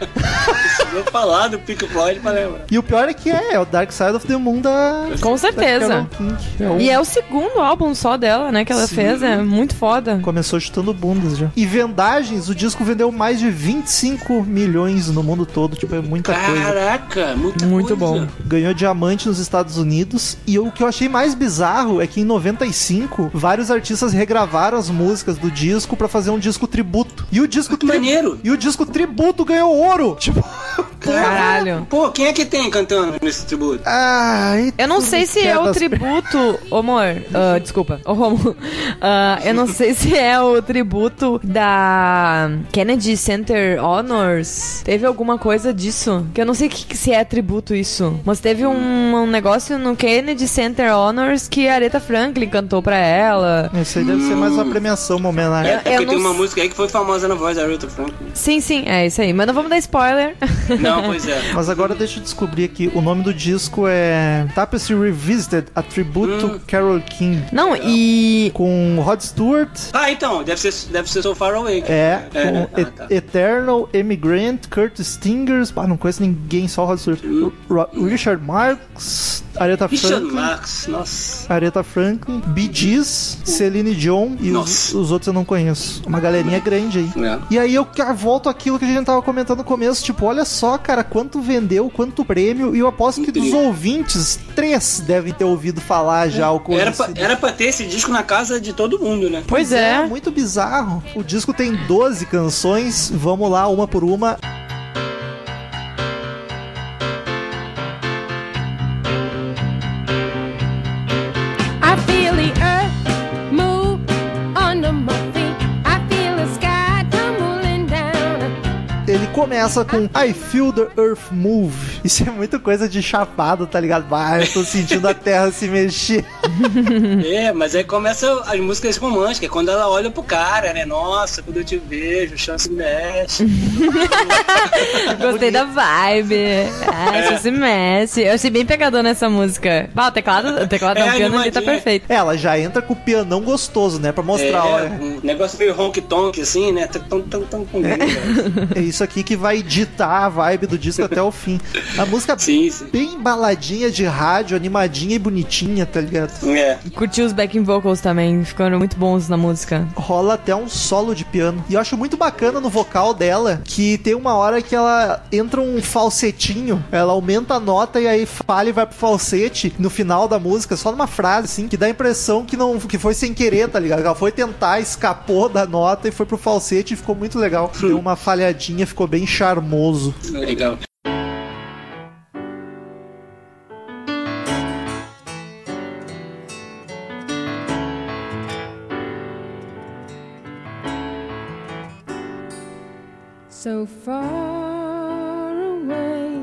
S4: Vou falar do Pink Floyd pra lembrar.
S2: E o pior é que é, é o Dark Side of the Moon da.
S3: Com
S2: da
S3: certeza.
S2: Carole King. É o-
S3: E é o segundo álbum só dela, né, que ela
S2: Sim.
S3: fez, é muito foda.
S2: Começou chutando bundas já. E vendagens, o disco vendeu mais de 25 milhões no mundo todo. Tipo, é muita coisa.
S4: Caraca, muita
S3: Muito
S4: coisa.
S3: bom.
S2: Ganhou diamante nos Estados Unidos. E o que eu achei mais bizarro é que em 95, vários artistas regravaram as músicas do disco pra fazer um disco tributo. E o disco
S4: Que
S2: tributo.
S4: maneiro.
S2: E o disco tributo ganhou ouro. Tipo,
S3: Caralho.
S4: Pô, quem é que tem cantando nesse tributo?
S2: ai,
S3: Eu não sei se é o
S2: quedas-
S3: tributo, ô amor, ah, desculpa, ô Romulo, Ah, eu não sei se é o tributo da Kennedy Center Honors. Teve alguma coisa disso, que eu não sei que- que se é tributo isso, mas teve um, um negócio no Kennedy Center Honors que a Aretha Franklin cantou pra ela.
S2: Esse aí deve ser mais uma premiação, uma homenagem.
S4: É, porque
S3: eu não
S4: tem uma
S3: s-
S4: música aí que foi famosa na voz da Aretha Franklin.
S3: Sim, sim, é isso aí, mas não vamos dar spoiler.
S4: Não, pois é.
S2: Mas agora deixa eu descobrir aqui. O nome do disco é Tapestry Revisited, a tributo
S4: Hum.
S2: Carol King.
S3: Não, e
S2: Com Rod Stewart,
S4: Ah, então, deve ser, deve ser So Far Away.
S2: É,
S4: É,
S2: com
S4: ah,
S2: E-
S4: tá.
S2: Eternal, Emigrant, Curtis Stingers, ah, não conheço ninguém, só o Rod Stewart. Ro- Richard Marx, Aretha
S4: Hum. Richard
S2: Franklin,
S4: Marx, nossa.
S2: Aretha Franklin, Bee Gees, Celine Dion e os,
S4: Nossa.
S2: os outros eu não conheço. Uma galerinha grande aí.
S4: É.
S2: E aí eu ca- volto àquilo que a gente tava comentando no começo, tipo, olha só, cara, quanto vendeu, quanto prêmio, e eu aposto que dos
S4: Incrível. É,
S2: ouvintes, três devem ter ouvido falar já o assim.
S4: Era
S2: conhecido.
S4: pra,
S3: assim.
S4: era pra ter esse disco na casa de todo mundo, né?
S3: pois é.
S2: muito bizarro. O disco tem 12 canções, vamos lá, uma por uma.
S1: I feel the earth
S2: começa com I Feel the Earth Move. Isso é muito coisa de chapado, tá ligado? Bah, eu tô sentindo a terra se mexer.
S4: É, mas aí começa as músicas românticas, é quando ela olha pro cara, né? Nossa, quando eu te vejo, o chão se mexe.
S3: Gostei da vibe. Ai, isso se mexe. Eu achei bem pegador nessa música. Ah, o teclado, o teclado
S4: É,
S3: não, o piano ali tá
S4: animadinha.
S3: perfeito.
S2: Ela já entra com o pianão gostoso, né? Pra
S4: É,
S2: mostrar, olha.
S4: um negócio meio honk tonk assim, né? Tum, tum, tum, tum, tum, né?
S2: É isso aqui que vai ditar a vibe do disco até o fim. A música
S4: Sim, sim.
S2: bem baladinha de rádio, animadinha e bonitinha, tá ligado?
S4: É.
S3: Curti os backing vocals também, ficaram muito bons na música.
S2: Rola até um solo de piano. E eu acho muito bacana no vocal dela que tem uma hora que ela entra um falsetinho, ela aumenta a nota e aí falha e vai pro falsete no final da música, só numa frase assim, que dá a impressão que não que foi sem querer, tá ligado? Ela foi tentar, escapou da nota e foi pro falsete e ficou muito legal. Deu uma falhadinha, ficou bem charmoso.
S4: Legal.
S1: so far away.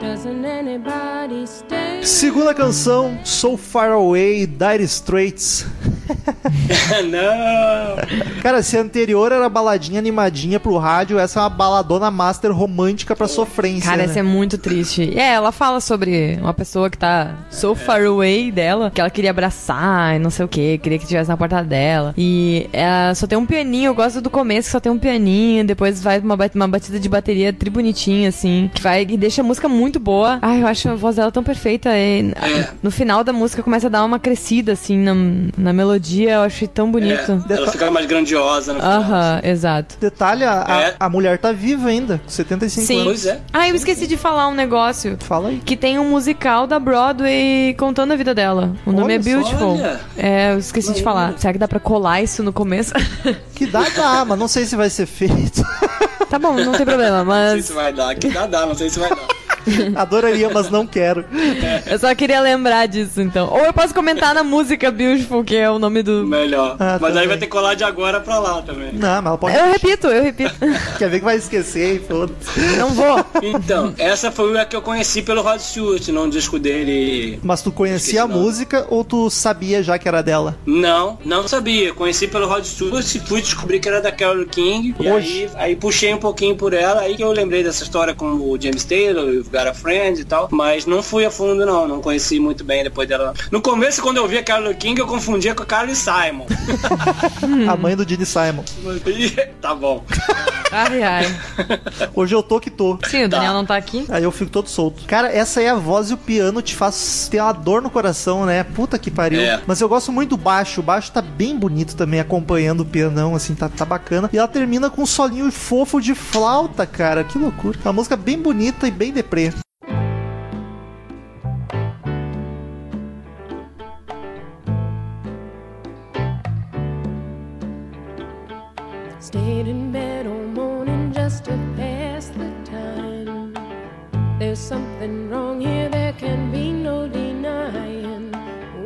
S1: Doesn't anybody stay?
S2: Segunda canção, So Far Away, Dire Straits.
S4: Não!
S3: É
S2: Cara, se a anterior era baladinha animadinha pro rádio, essa é uma baladona master romântica pra sofrência.
S3: Cara,
S2: né?
S3: essa é muito triste. É, ela fala sobre uma pessoa que tá so far away dela, que ela queria abraçar e não sei o que, queria que estivesse na porta dela. E ela só tem um pianinho, eu gosto do começo que só tem um pianinho, depois vai uma, ba- uma batida de bateria tri bonitinha, assim, que vai e deixa a música muito boa. Ai, eu acho a voz dela tão perfeita. e no final da música começa a dar uma crescida, assim, na, na melodia, eu achei tão bonito.
S4: É, ela fica mais grandiosa no final.
S3: Aham, exato.
S2: Detalhe, a, a-
S4: É.
S2: a mulher tá viva ainda, com 75
S3: Sim.
S2: anos.
S4: Pois é.
S3: Ah, eu esqueci de falar um negócio.
S2: Fala aí.
S3: que tem um musical da Broadway contando a vida dela. O nome
S2: Olha
S3: é
S2: só,
S3: Beautiful.
S4: olha.
S3: É, eu esqueci de falar. Será que dá pra colar isso no começo?
S2: Que dá, dá, mas não sei se vai ser feito.
S3: tá bom, não tem problema,
S4: Não sei
S3: mas
S4: se vai dar. Que dá, dá, não sei se vai dar.
S2: Adoraria, mas não quero.
S3: eu só queria lembrar disso então. Ou eu posso comentar na música Beautiful, que é o nome do.
S4: Melhor.
S2: Ah,
S4: Mas aí
S2: também.
S4: vai ter que colar de agora pra lá também.
S2: Não, mas ela pode.
S3: Eu repito, eu repito.
S2: Quer ver que vai esquecer, hein? foda-se.
S3: Não vou.
S4: Então, essa foi a que eu conheci pelo Rod Stewart, num disco dele.
S2: Mas tu
S4: Esqueci
S2: conhecia a
S4: o nome.
S2: música ou tu sabia já que era dela?
S4: Não, não sabia. Conheci pelo Rod Stewart e fui descobrir que era da Carole King. E
S2: Hoje.
S4: aí, aí puxei um pouquinho por ela. Aí que eu lembrei dessa história com o James Taylor, o Got a Friend e tal. Mas não fui a fundo, não. Não conheci muito bem depois dela. No começo, quando eu vi a Carole King, eu confundia com a Carly Simon.
S3: Hum.
S2: A mãe do Gene Simon.
S4: E- tá bom.
S3: Ai, ai.
S2: Hoje eu tô que tô.
S3: Sim, o Daniel não tá aqui.
S2: Aí eu fico todo solto. Cara, essa é a voz e o piano te faz ter uma dor no coração, né? Puta que pariu.
S4: É.
S2: Mas eu gosto muito do baixo. O baixo tá bem bonito também, acompanhando o pianão, assim, tá, tá bacana. E ela termina com um solinho fofo de flauta, cara. Que loucura. Uma música bem bonita e bem deprê.
S1: Stayed in bed all morning just to pass the time. There's something wrong here, there can be no denying.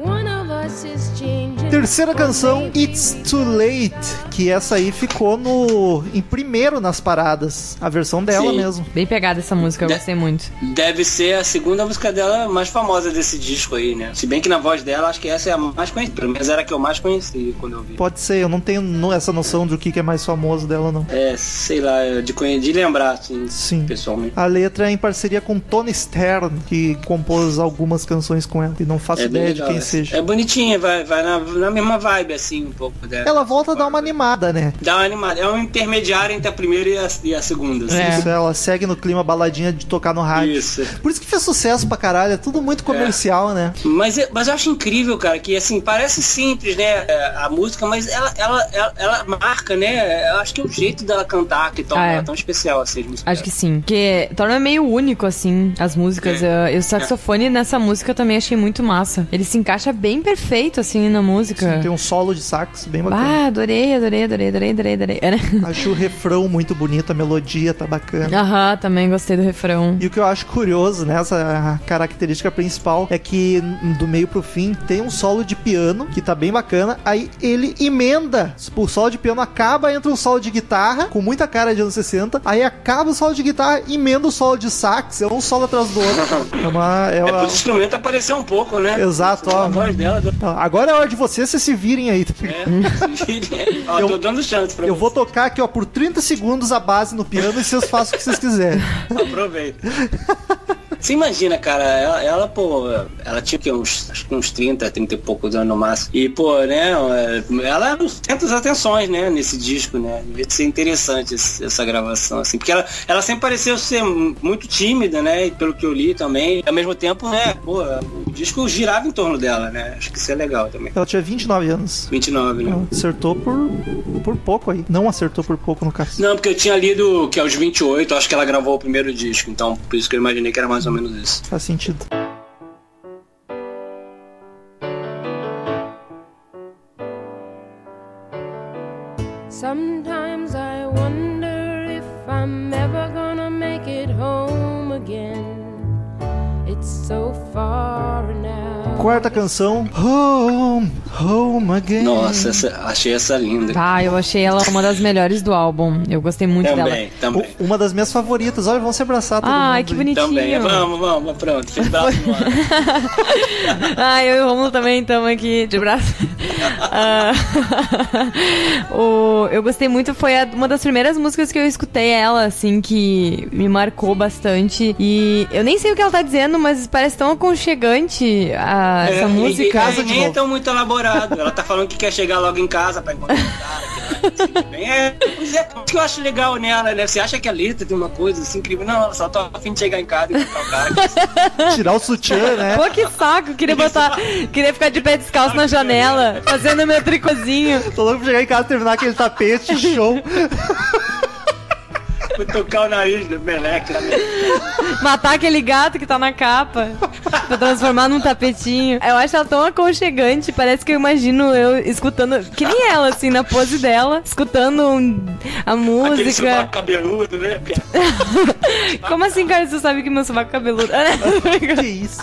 S1: One of us is changing.
S2: Terceira
S1: or
S2: canção,
S1: maybe
S2: It's Too Late, que essa aí ficou no em primeiro nas paradas. A versão dela
S4: Sim.
S2: mesmo.
S3: Bem pegada essa música, eu
S4: De-
S3: gostei muito.
S4: Deve ser a segunda música dela mais famosa desse disco aí, né? Se bem que na voz dela, acho que essa é a mais conhecida. Pelo menos era a que eu mais conheci quando eu vi.
S2: Pode ser, eu não tenho no- essa noção do que, que é mais famoso dela, não.
S4: É, sei lá, de, conhe- de lembrar, assim,
S2: Sim.
S4: pessoalmente.
S2: A letra é em parceria com Tony Stern, que compôs algumas canções com ela. E não faço
S4: bem
S2: ideia
S4: legal
S2: de quem
S4: essa.
S2: seja.
S4: É bonitinha, vai, vai na, na mesma vibe, assim, um pouco dela.
S2: Ela volta a dar uma animada, né?
S4: Dá uma animada. É um intermediário entre a primeira e a, e a segunda, assim.
S3: É.
S2: Isso, ela segue no clima baladinha de tocar no rádio.
S4: Isso.
S2: Por isso que fez sucesso pra caralho, é tudo muito comercial, né?
S4: Mas, eu- mas eu acho incrível, cara, que assim, parece simples, né, é, a música, mas ela, ela, ela, ela marca, né, eu acho que é o jeito dela cantar que torna
S3: Ah, é.
S4: ela tão especial, assim, as músicas
S3: Acho que sim. Porque torna meio único, assim, as músicas.
S4: É.
S3: Eu- E o saxofone nessa música eu também achei muito massa. Ele se encaixa bem perfeito, assim, na música.
S2: Tem um solo de sax bem bacana.
S3: Ah, adorei, adorei. adorei, adorei, adorei, adorei, adorei. É, né?
S2: Acho o refrão muito bonito, a melodia tá bacana.
S3: Aham, também gostei do refrão.
S2: E o que eu acho curioso nessa característica principal é que n- do meio pro fim tem um solo de piano que tá bem bacana, aí ele emenda. Tipo, O solo de piano acaba, entra um solo de guitarra com muita cara de anos 60, aí acaba o solo de guitarra, emenda o solo de sax, é um solo atrás do outro. É uma. É
S4: É pro
S2: uma...
S4: instrumento aparecer um pouco, né?
S2: Exato, ó.
S4: A voz dela. do-
S2: Agora é hora de vocês se se virem aí.
S4: É. Ó,
S2: Eu-
S4: tô dando chance pra
S2: Eu vou tocar aqui, ó, por 30 segundos a base no piano e vocês façam o que vocês quiserem.
S4: Aproveita. Você imagina, cara, ela, ela, pô, ela tinha que uns, acho que uns 30, 30 e poucos anos no máximo. E, pô, né, ela era o centro das atenções, né, nesse disco, né? Devia ser interessante esse- essa gravação, assim. Porque ela, ela sempre pareceu ser muito tímida, né? E pelo que eu li também. Ao mesmo tempo, né, pô, o disco girava em torno dela, né? Acho que isso é legal também.
S2: Ela tinha 29 anos.
S4: 29, né?
S2: Ela Acertou por, por pouco aí. Não acertou por pouco no caso.
S4: Não, porque eu tinha lido que é aos 28, acho que ela gravou o primeiro disco, então por isso que eu imaginei que era mais ou menos isso.
S2: Faz sentido.
S1: Sometimes I wonder if I'm ever gonna make it home again. It's so far now.
S2: Quarta canção. Home, home again.
S4: Nossa, essa- achei essa linda.
S3: Ah, eu achei ela uma das melhores do álbum. Eu gostei muito dela.
S4: Também, também.
S2: U- Uma das minhas favoritas. Olha, vão se abraçar todo
S3: Ai,
S2: mundo
S3: que
S2: aí.
S3: bonitinho.
S4: Também. Vamos, vamos, pronto. Fiz braço no ar.
S3: Ah, eu e o Romulo também estamos aqui de braço. Ah, o- eu gostei muito, foi a- uma das primeiras músicas que eu escutei ela, assim, que me marcou bastante. E eu nem sei o que ela tá dizendo, mas parece tão aconchegante
S4: É,
S3: a- essa
S4: e,
S3: música.
S2: casa
S4: e
S2: de
S4: nem é
S2: novo.
S4: tão muito elaborado. Ela tá falando que quer chegar logo em casa pra encontrar o cara. que ela- assim, bem, É, pois é, o que eu acho legal nela, né? Você acha que a letra tem uma coisa assim incrível? Não, ela só tá a fim de chegar em casa e encontrar o cara.
S2: Tirar o sutiã, né?
S3: Pô, que saco, queria botar. Queria ficar de pé descalço na janela, fazendo meu tricôzinho.
S2: Tô louco pra chegar em casa e terminar aquele tapete show.
S4: Vou tocar o nariz do Meleque. né?
S3: Matar aquele gato que tá na capa pra transformar num tapetinho. Eu acho ela tão aconchegante, parece que eu imagino eu escutando, que nem ela, assim, na pose dela, escutando um- a
S4: Aquele
S3: música.
S4: sovaco cabeludo, né?
S3: Como assim, cara, você sabe que meu sovaco é cabeludo?
S2: que isso.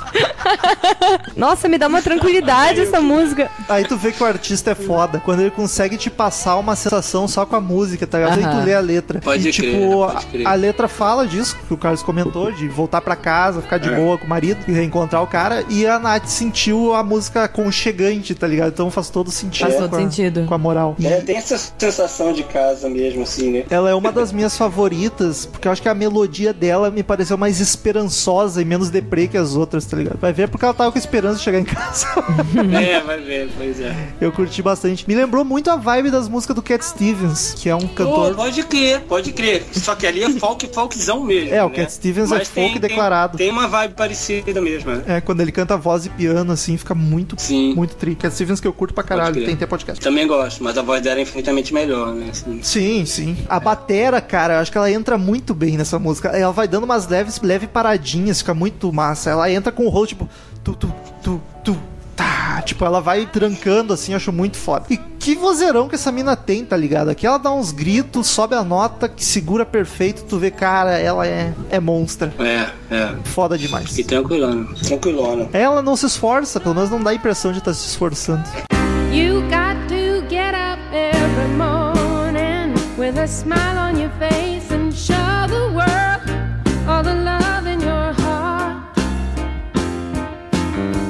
S3: Nossa, me dá uma tranquilidade essa música.
S2: Aí tu vê que o artista é foda. Quando ele consegue te passar uma sensação só com a música, tá ligado? Aí
S3: Aham.
S2: tu lê a letra.
S4: Pode
S2: e, tipo,
S4: crer, pode
S2: a-
S4: crer.
S2: A, letra fala disso que o Carlos comentou, de voltar pra casa, ficar de
S4: É.
S2: boa com o marido e reencontrar o cara. E a Nath sentiu a música conchegante, tá ligado? Então faz todo sentido.
S3: Faz todo
S2: com a-
S3: sentido.
S2: Com a moral. E-
S4: É, tem essa sensação de casa mesmo, assim, né?
S2: Ela é uma das minhas favoritas, porque eu acho que a melodia dela me pareceu mais esperançosa e menos deprê que as outras, tá ligado? Vai ver porque ela tava com esperança de chegar em casa.
S3: Uhum.
S4: É, vai ver, pois é.
S2: eu curti bastante. Me lembrou muito a vibe das músicas do Cat Stevens, que é um
S4: Pô,
S2: cantor.
S4: pode crer, pode crer. Só que ali é folk, folkzão mesmo.
S2: É, o
S4: né?
S2: Cat Stevens é
S4: Mas
S2: folk
S4: tem-
S2: declarado.
S4: Tem, tem uma vibe parecida mesmo, né?
S2: É, quando ele canta voz e piano, assim, fica muito,
S4: Sim.
S2: muito tri. Cat Stevens que eu curto pra caralho,
S4: crer.
S2: tem até podcast.
S4: Também gosto, mas a voz dela é infinitamente melhor, né? Assim.
S2: Sim, sim. A batera, cara, eu acho que ela entra muito bem nessa música. Ela vai dando umas leves, leve paradinhas, fica muito massa. Ela entra com o rolo, tipo, tu, tu, tu, tu, tá. Tipo, ela vai trancando, assim, eu acho muito foda. E que vozeirão que essa mina tem, tá ligado? Aqui ela dá uns gritos, sobe a nota, que segura perfeito, tu vê, cara, ela é, é monstra.
S4: É, é.
S2: Foda demais.
S4: E tranquilona, tranquilona.
S2: Ela não se esforça, pelo menos não dá a impressão de estar se esforçando.
S1: You got to get up every morning with a smile on your face and show the world all the love in your heart.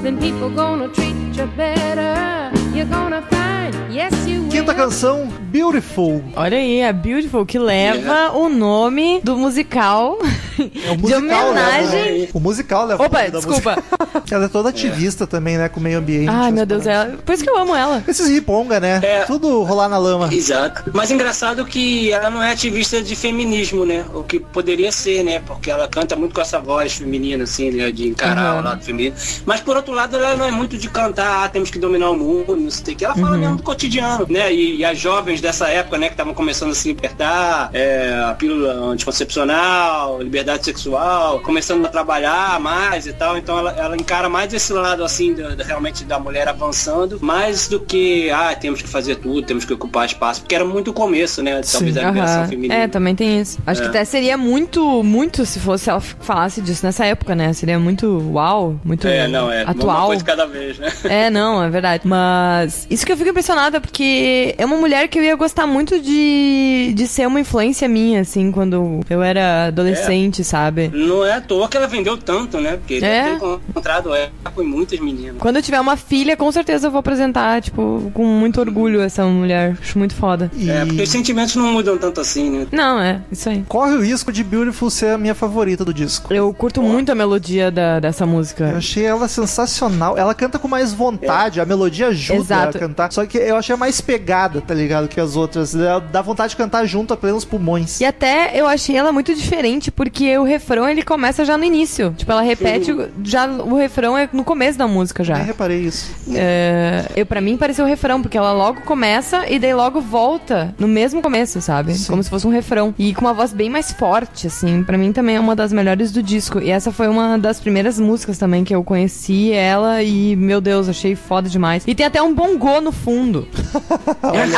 S1: Then people gonna treat you better. You're gonna find, yes, you
S2: Quinta
S1: will.
S2: canção, Beautiful.
S3: Olha aí, a Beautiful, que leva o nome do musical,
S2: É o
S3: de
S2: musical,
S3: homenagem.
S2: Né? O musical leva o
S3: Opa,
S2: nome da
S3: desculpa.
S2: música. Ela é toda ativista também, né? Com o meio ambiente.
S3: Ai, meu Deus,
S2: é.
S4: né?
S3: ela. Por isso que eu amo ela.
S2: Esses riponga, né?
S4: É.
S2: Tudo rolar na lama.
S4: Exato. Mas engraçado que ela não é ativista de feminismo, né? O que poderia ser, né? Porque ela canta muito com essa voz feminina, assim, né? De encarar
S3: Aham.
S4: o lado feminino. Mas por outro lado, ela não é muito de cantar, ah, temos que dominar o mundo, não sei o que. Ela
S3: Uhum.
S4: fala mesmo do cotidiano, né? E, e as jovens dessa época, né, que estavam começando a se libertar, é, a pílula anticoncepcional, liberdade sexual, começando a trabalhar mais e tal. Então ela, ela encara mais esse lado assim, do- do- realmente da mulher avançando, mais do que, ah, temos que fazer tudo, temos que ocupar espaço, porque era muito o começo, né?
S2: Sim.
S4: Talvez da liberação
S3: Aham.
S4: feminina.
S3: É, também tem isso. Acho
S4: É.
S3: que até seria muito, muito se fosse ela f- falasse disso nessa época, né? Seria muito uau, muito
S4: É, não, é uma
S3: atual.
S4: coisa de cada vez, né?
S3: É, não, é verdade. Mas isso que eu fico impressionada, porque é uma mulher que eu ia gostar muito de, de ser uma influência minha, assim, quando eu era adolescente, sabe?
S4: Não é à toa que ela vendeu tanto, né? Porque
S3: É.
S4: deve ter encontrado ela com muitas meninas.
S3: Quando eu tiver uma filha, com certeza eu vou apresentar, tipo, com muito orgulho essa mulher. Acho muito foda.
S2: E
S4: É, porque os sentimentos não mudam tanto assim, né?
S3: Não, é, isso aí.
S2: corre o risco de Beautiful ser a minha favorita do disco.
S3: Eu curto muito a melodia da, dessa
S2: Eu
S3: música.
S2: achei ela sensacional. Ela canta com mais vontade, a melodia ajuda
S3: Exato.
S2: a cantar. Só que eu achei mais pegada, tá ligado? Que as outras. Ela Dá vontade de cantar junto a plenos pulmões.
S3: E até eu achei ela muito diferente, porque o refrão ele começa já no início. Tipo, ela repete, o- já o refrão é no começo da música já.
S2: Nem reparei isso.
S3: É, eu para mim pareceu um refrão, porque ela logo começa e daí logo volta no mesmo começo, sabe?
S2: Sim.
S3: Como se fosse um refrão. E com uma voz bem mais forte, assim. Pra mim também é uma das melhores do disco. E essa foi uma das primeiras músicas também que eu conheci ela e, meu Deus, achei foda demais. E tem até um bongô no fundo.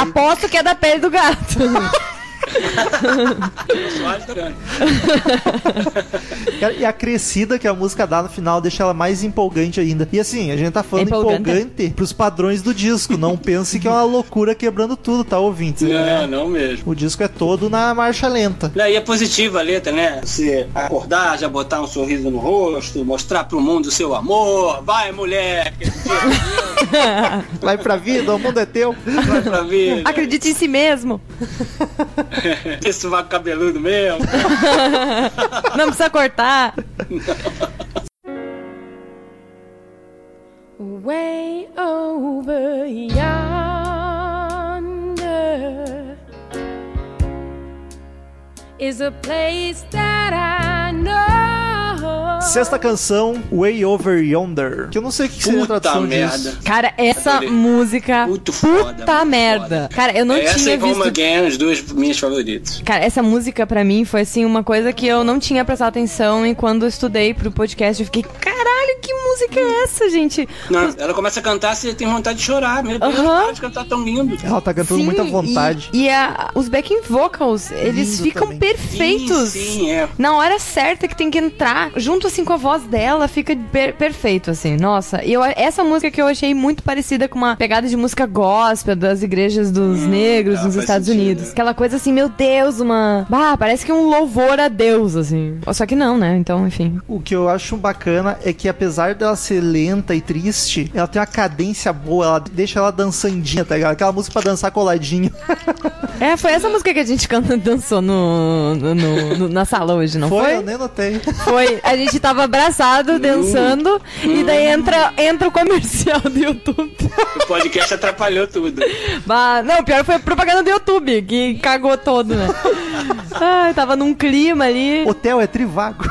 S3: Aposto que é da pele do gato.
S4: Só as grandes.
S2: Cara, E a crescida que é a música dá no final deixa ela mais empolgante ainda. E assim, a gente tá falando
S3: É empolgante.
S2: empolgante pros padrões do disco. Não pense que é uma loucura quebrando tudo, tá, ouvintes?
S4: Não, não mesmo.
S2: O disco é todo na marcha lenta.
S4: Não, e é positiva a letra, né? Você acordar, já botar um sorriso no rosto, mostrar pro mundo o seu amor. Vai, mulher, que
S2: Vai pra vida, o mundo é teu.
S4: vai pra vida.
S3: Acredite em si mesmo.
S4: Esse vaca cabeludo mesmo.
S3: Não precisa cortar.
S1: Way over yonder is a place that I know.
S2: Sexta canção, Way Over Yonder. Que eu não sei o que que seria a
S4: Puta
S2: tradução
S4: merda.
S2: disso.
S3: Cara, essa
S4: Adorei.
S3: música.
S4: Muito foda.
S3: puta
S4: muito
S3: merda.
S4: foda.
S3: Cara, eu não
S4: É, Essa
S3: tinha
S4: e Home
S3: visto
S4: Again, as duas minhas favoritas.
S3: Cara, essa música pra mim foi assim uma coisa que eu não tinha prestado atenção e quando eu estudei pro podcast eu fiquei, caralho, que música é essa, gente?
S4: Não, ela começa a cantar, você tem vontade de chorar. Meu Deus,
S3: Aham.
S4: para de cantar tão lindo.
S2: Ela tá cantando
S3: Sim,
S2: muita vontade.
S3: E, e a- os backing vocals, eles
S2: Lindo
S3: ficam
S2: também.
S3: perfeitos.
S4: Sim, sim, é.
S3: Na hora certa que tem que entrar, junto assim com a voz dela, fica per- perfeito, assim. Nossa, e eu, essa música que eu achei muito parecida com uma pegada de música gospel das igrejas dos negros
S4: tá,
S3: nos
S4: faz
S3: Estados
S4: sentido,
S3: Unidos.
S4: né?
S3: Aquela coisa assim, meu Deus, uma. Bah, parece que é um louvor a Deus, assim. Só que não, né? Então, enfim.
S2: O que eu acho bacana é que apesar dela ser lenta e triste, ela tem uma cadência boa, ela deixa ela dançandinha, tá ligado? Aquela música pra dançar coladinho.
S3: É, foi essa música que a gente canta, dançou no, no- no- no- na sala hoje, não
S2: Foi?
S3: foi?
S2: Eu
S4: né?
S2: nem notei.
S3: Foi. A gente tava
S4: Uhum.
S3: abraçado, dançando, e daí entra, entra o comercial do YouTube.
S4: O podcast atrapalhou tudo.
S3: Bah, não, o pior foi a propaganda do YouTube, que cagou todo, né? Ai, tava num clima ali.
S2: Hotel é trivago.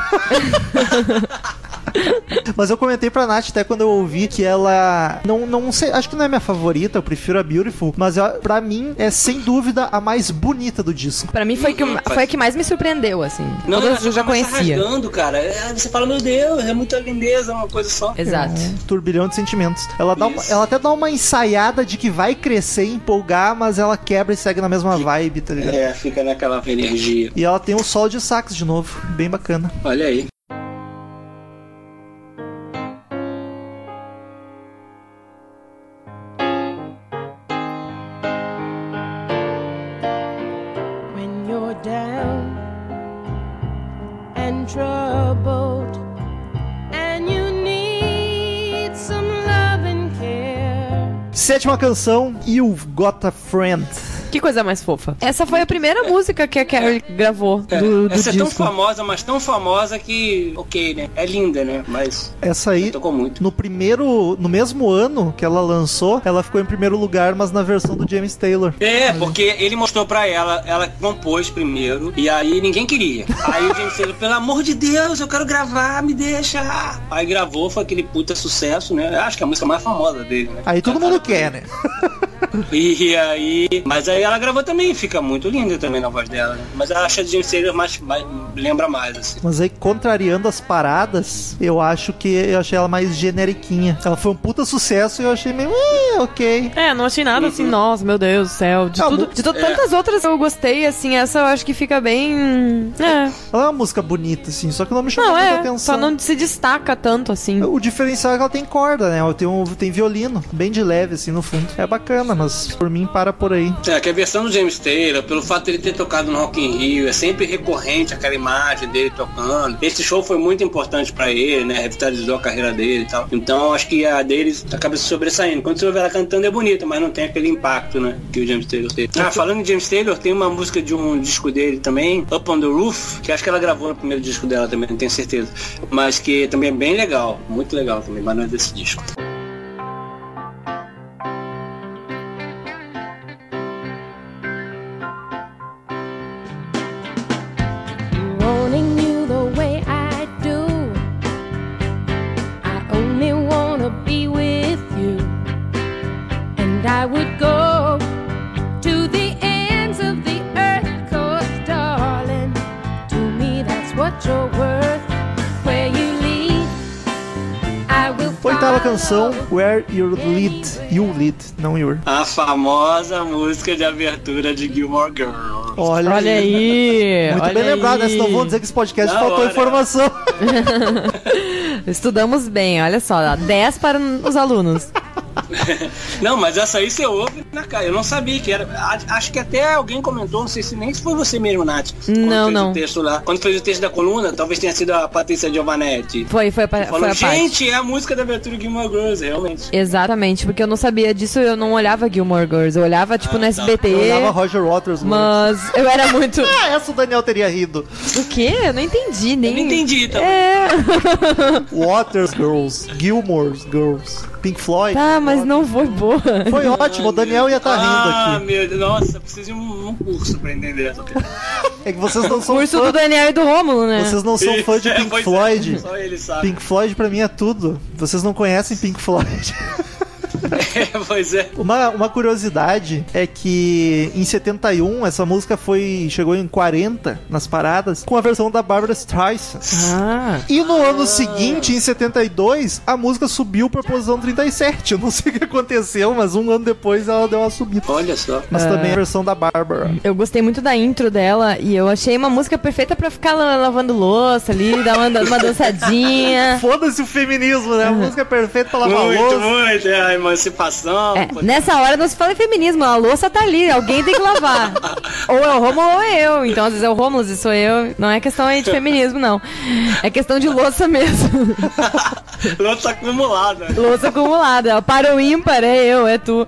S2: Mas eu comentei pra Nath até quando eu ouvi que ela. Não, não sei, acho que não é minha favorita, eu prefiro a Beautiful. Mas eu, pra mim é sem dúvida a mais bonita do disco.
S3: Pra mim foi, que, foi a que mais me surpreendeu, assim.
S4: Uhum. Não,
S3: Todas eu já
S4: começa
S3: conhecia.
S4: rasgando, cara. É, Você fala, meu Deus, é muita lindeza, uma coisa só.
S3: Exato.
S2: Um turbilhão de sentimentos. Ela, dá uma-
S4: Isso.
S2: ela até dá uma ensaiada de que vai crescer, empolgar, mas ela quebra e segue na mesma vibe, tá ligado?
S4: É, fica naquela energia.
S2: E ela tem um solo de sax de novo, bem bacana.
S4: Olha aí.
S1: when you're down and troubled and you need some love and care.
S2: Sétima canção, You've Got a Friend.
S3: É. Que coisa mais fofa. Essa foi a primeira música que a Carrie gravou
S4: É,
S3: do, do
S4: Essa é tão
S3: disco.
S4: famosa, mas tão famosa que, ok, né? É linda, né? Mas
S2: Essa aí.
S4: tocou muito.
S2: No primeiro, no mesmo ano que ela lançou, ela ficou em primeiro lugar, mas na versão do James Taylor.
S4: É, porque ele mostrou pra ela, ela compôs primeiro, e aí ninguém queria. Aí o James Taylor, pelo amor de Deus, eu quero gravar, me deixa. Aí gravou, foi aquele puta sucesso, né? Acho que é a música mais famosa dele, né?
S2: Aí todo mundo quer, né?
S4: E aí. Mas aí ela gravou também, fica muito linda também na voz dela. né? Mas ela acha de James Taylor mais, mais- lembra mais, assim.
S2: Mas aí, contrariando as paradas, eu acho que eu achei ela mais generiquinha. Ela foi um puta sucesso e eu achei meio, "Eh, ok.
S3: É, não achei nada
S4: Uhum.
S3: assim, nossa, meu Deus do céu. De
S2: Ah,
S3: tudo.
S2: mu-
S3: De to-
S4: É.
S3: tantas outras eu gostei, assim, essa eu acho que fica bem. É.
S2: Ela é uma música bonita, assim, só que não me chamou
S3: Não,
S2: muita
S3: é.
S2: atenção.
S3: Só não se destaca tanto, assim.
S2: O diferencial é que ela tem corda, né? Ela Tem, um, tem violino, bem de leve, assim, no fundo. É bacana, mas por mim para por aí.
S4: É, que a versão do James Taylor, pelo fato dele ter tocado no Rock in Rio, é sempre recorrente aquela imagem dele tocando. Esse show foi muito importante pra ele, né? Revitalizou a carreira dele e tal. Então acho que a dele acaba se sobressaindo. Quando você ouve ela cantando é bonita, mas não tem aquele impacto, né? Que o James Taylor teve. Ah, falando em James Taylor, tem uma música de um disco dele também, Up on the Roof, que acho que ela gravou no primeiro disco dela também, não tenho certeza. Mas que também é bem legal, muito legal também, mas não é desse disco.
S1: wanting you the way I do. I only wanna be with you, and I would go to the ends of the earth, 'cause darling, to me that's what you're worth. Where you lead, I will follow.
S2: Oitava canção, Where Your Lead. You Lead, não Your.
S4: A famosa música de abertura de Gilmore Girls.
S2: Olha,
S3: Olha aí.
S2: Muito
S3: É, olha
S2: bem
S3: aí.
S2: lembrado, né? Senão vão dizer que esse podcast
S4: Da
S2: faltou
S4: hora.
S2: informação.
S3: Estudamos bem, olha só. 10 para os alunos.
S4: Não, mas essa aí você ouve na cara. Eu não sabia que era. A- Acho que até alguém comentou, não sei se nem se foi você mesmo, Nath. quando
S3: Não,
S4: fez
S3: não.
S4: O texto lá, quando fez o texto da coluna, talvez tenha sido a Patrícia Giovanetti.
S3: Foi, foi a, pa- foi
S4: Falou,
S3: a parte.
S4: gente, é a música da abertura Gilmore Girls, realmente.
S3: Exatamente, porque eu não sabia disso, eu não olhava Gilmore Girls, eu olhava tipo
S4: Ah, tá.
S3: no SBT,
S2: Eu olhava Roger Waters, mano.
S3: mas eu era muito.
S2: Ah, essa o Daniel teria rido.
S3: O quê? Eu não entendi nem.
S4: Eu não entendi também.
S3: É.
S2: Waters Girls, Gilmore's Girls, Pink Floyd.
S3: Tá, mas não foi boa.
S2: Foi ótimo, o Daniel ia estar
S4: ah,
S2: tá rindo aqui.
S4: meu Deus, nossa, preciso de um, um curso pra entender essa piada.
S2: É que vocês não são
S3: Curso do
S2: fã,
S3: Daniel e do Rômulo, né?
S2: vocês não são fã de
S4: É,
S2: Pink
S4: pois é,
S2: Floyd.
S4: Só ele sabe.
S2: Pink Floyd pra mim é tudo. Vocês não conhecem Pink Floyd.
S4: É, pois é.
S2: Uma, uma curiosidade é que em 71 essa música foi chegou em 40 nas paradas com a versão da Barbara Streisand.
S3: Ah.
S2: E no ano seguinte, em 72, a música subiu pra posição 37. Eu não sei o que aconteceu, mas um ano depois ela deu uma subida.
S4: Olha só.
S2: Mas também a versão da Bárbara.
S3: Eu gostei muito da intro dela e eu achei uma música perfeita pra ficar la- lavando louça ali, dar uma, uma dançadinha.
S2: Foda-se o feminismo, né? A música é perfeita pra lavar
S4: Muito,
S2: louça.
S4: muito. É a emancipação.
S3: É,
S4: pô.
S3: nessa hora não se fala em feminismo, a louça tá ali, alguém tem que lavar. ou é o Rômulo ou é eu. Então, às vezes é o Rômulo, às vezes sou eu. Não é questão aí de feminismo, não. É questão de louça mesmo.
S4: Louça acumulada.
S3: Louça acumulada. Para o ímpar é eu, é tu.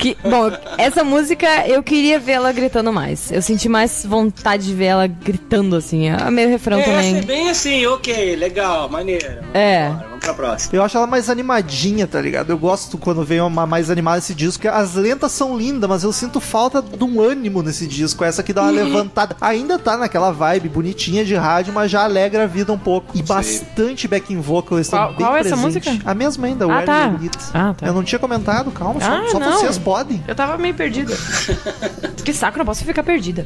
S3: Que, bom, essa música eu queria ver ela gritando mais. Eu senti mais vontade de ver ela gritando assim. É meio refrão
S4: É, essa é
S3: também.
S4: bem assim, ok, legal, maneiro.
S3: É.
S4: Bora, Vamos pra próxima.
S2: Eu acho ela mais animadinha, tá ligado? Eu gosto quando vem uma mais animada esse disco. que As lentas são lindas, mas eu sinto falta de um ânimo nesse disco. Essa que dá uma levantada. Ainda tá naquela vibe bonitinha de rádio, mas já alegra a vida um pouco. E bastante backing vocal. Eles
S3: Qual-
S2: estão bem
S3: qual é essa
S2: presentes.
S3: música?
S2: A mesma ainda, o
S3: Ah,
S2: Where
S3: tá.
S2: You Lead.
S3: Ah, tá.
S2: Eu não tinha comentado, calma. só-
S3: Ah,
S2: só
S3: não.
S2: vocês podem.
S3: Eu tava meio perdida. que saco, não posso ficar perdida.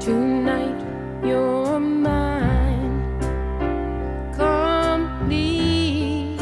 S1: Tonight you're mine completely.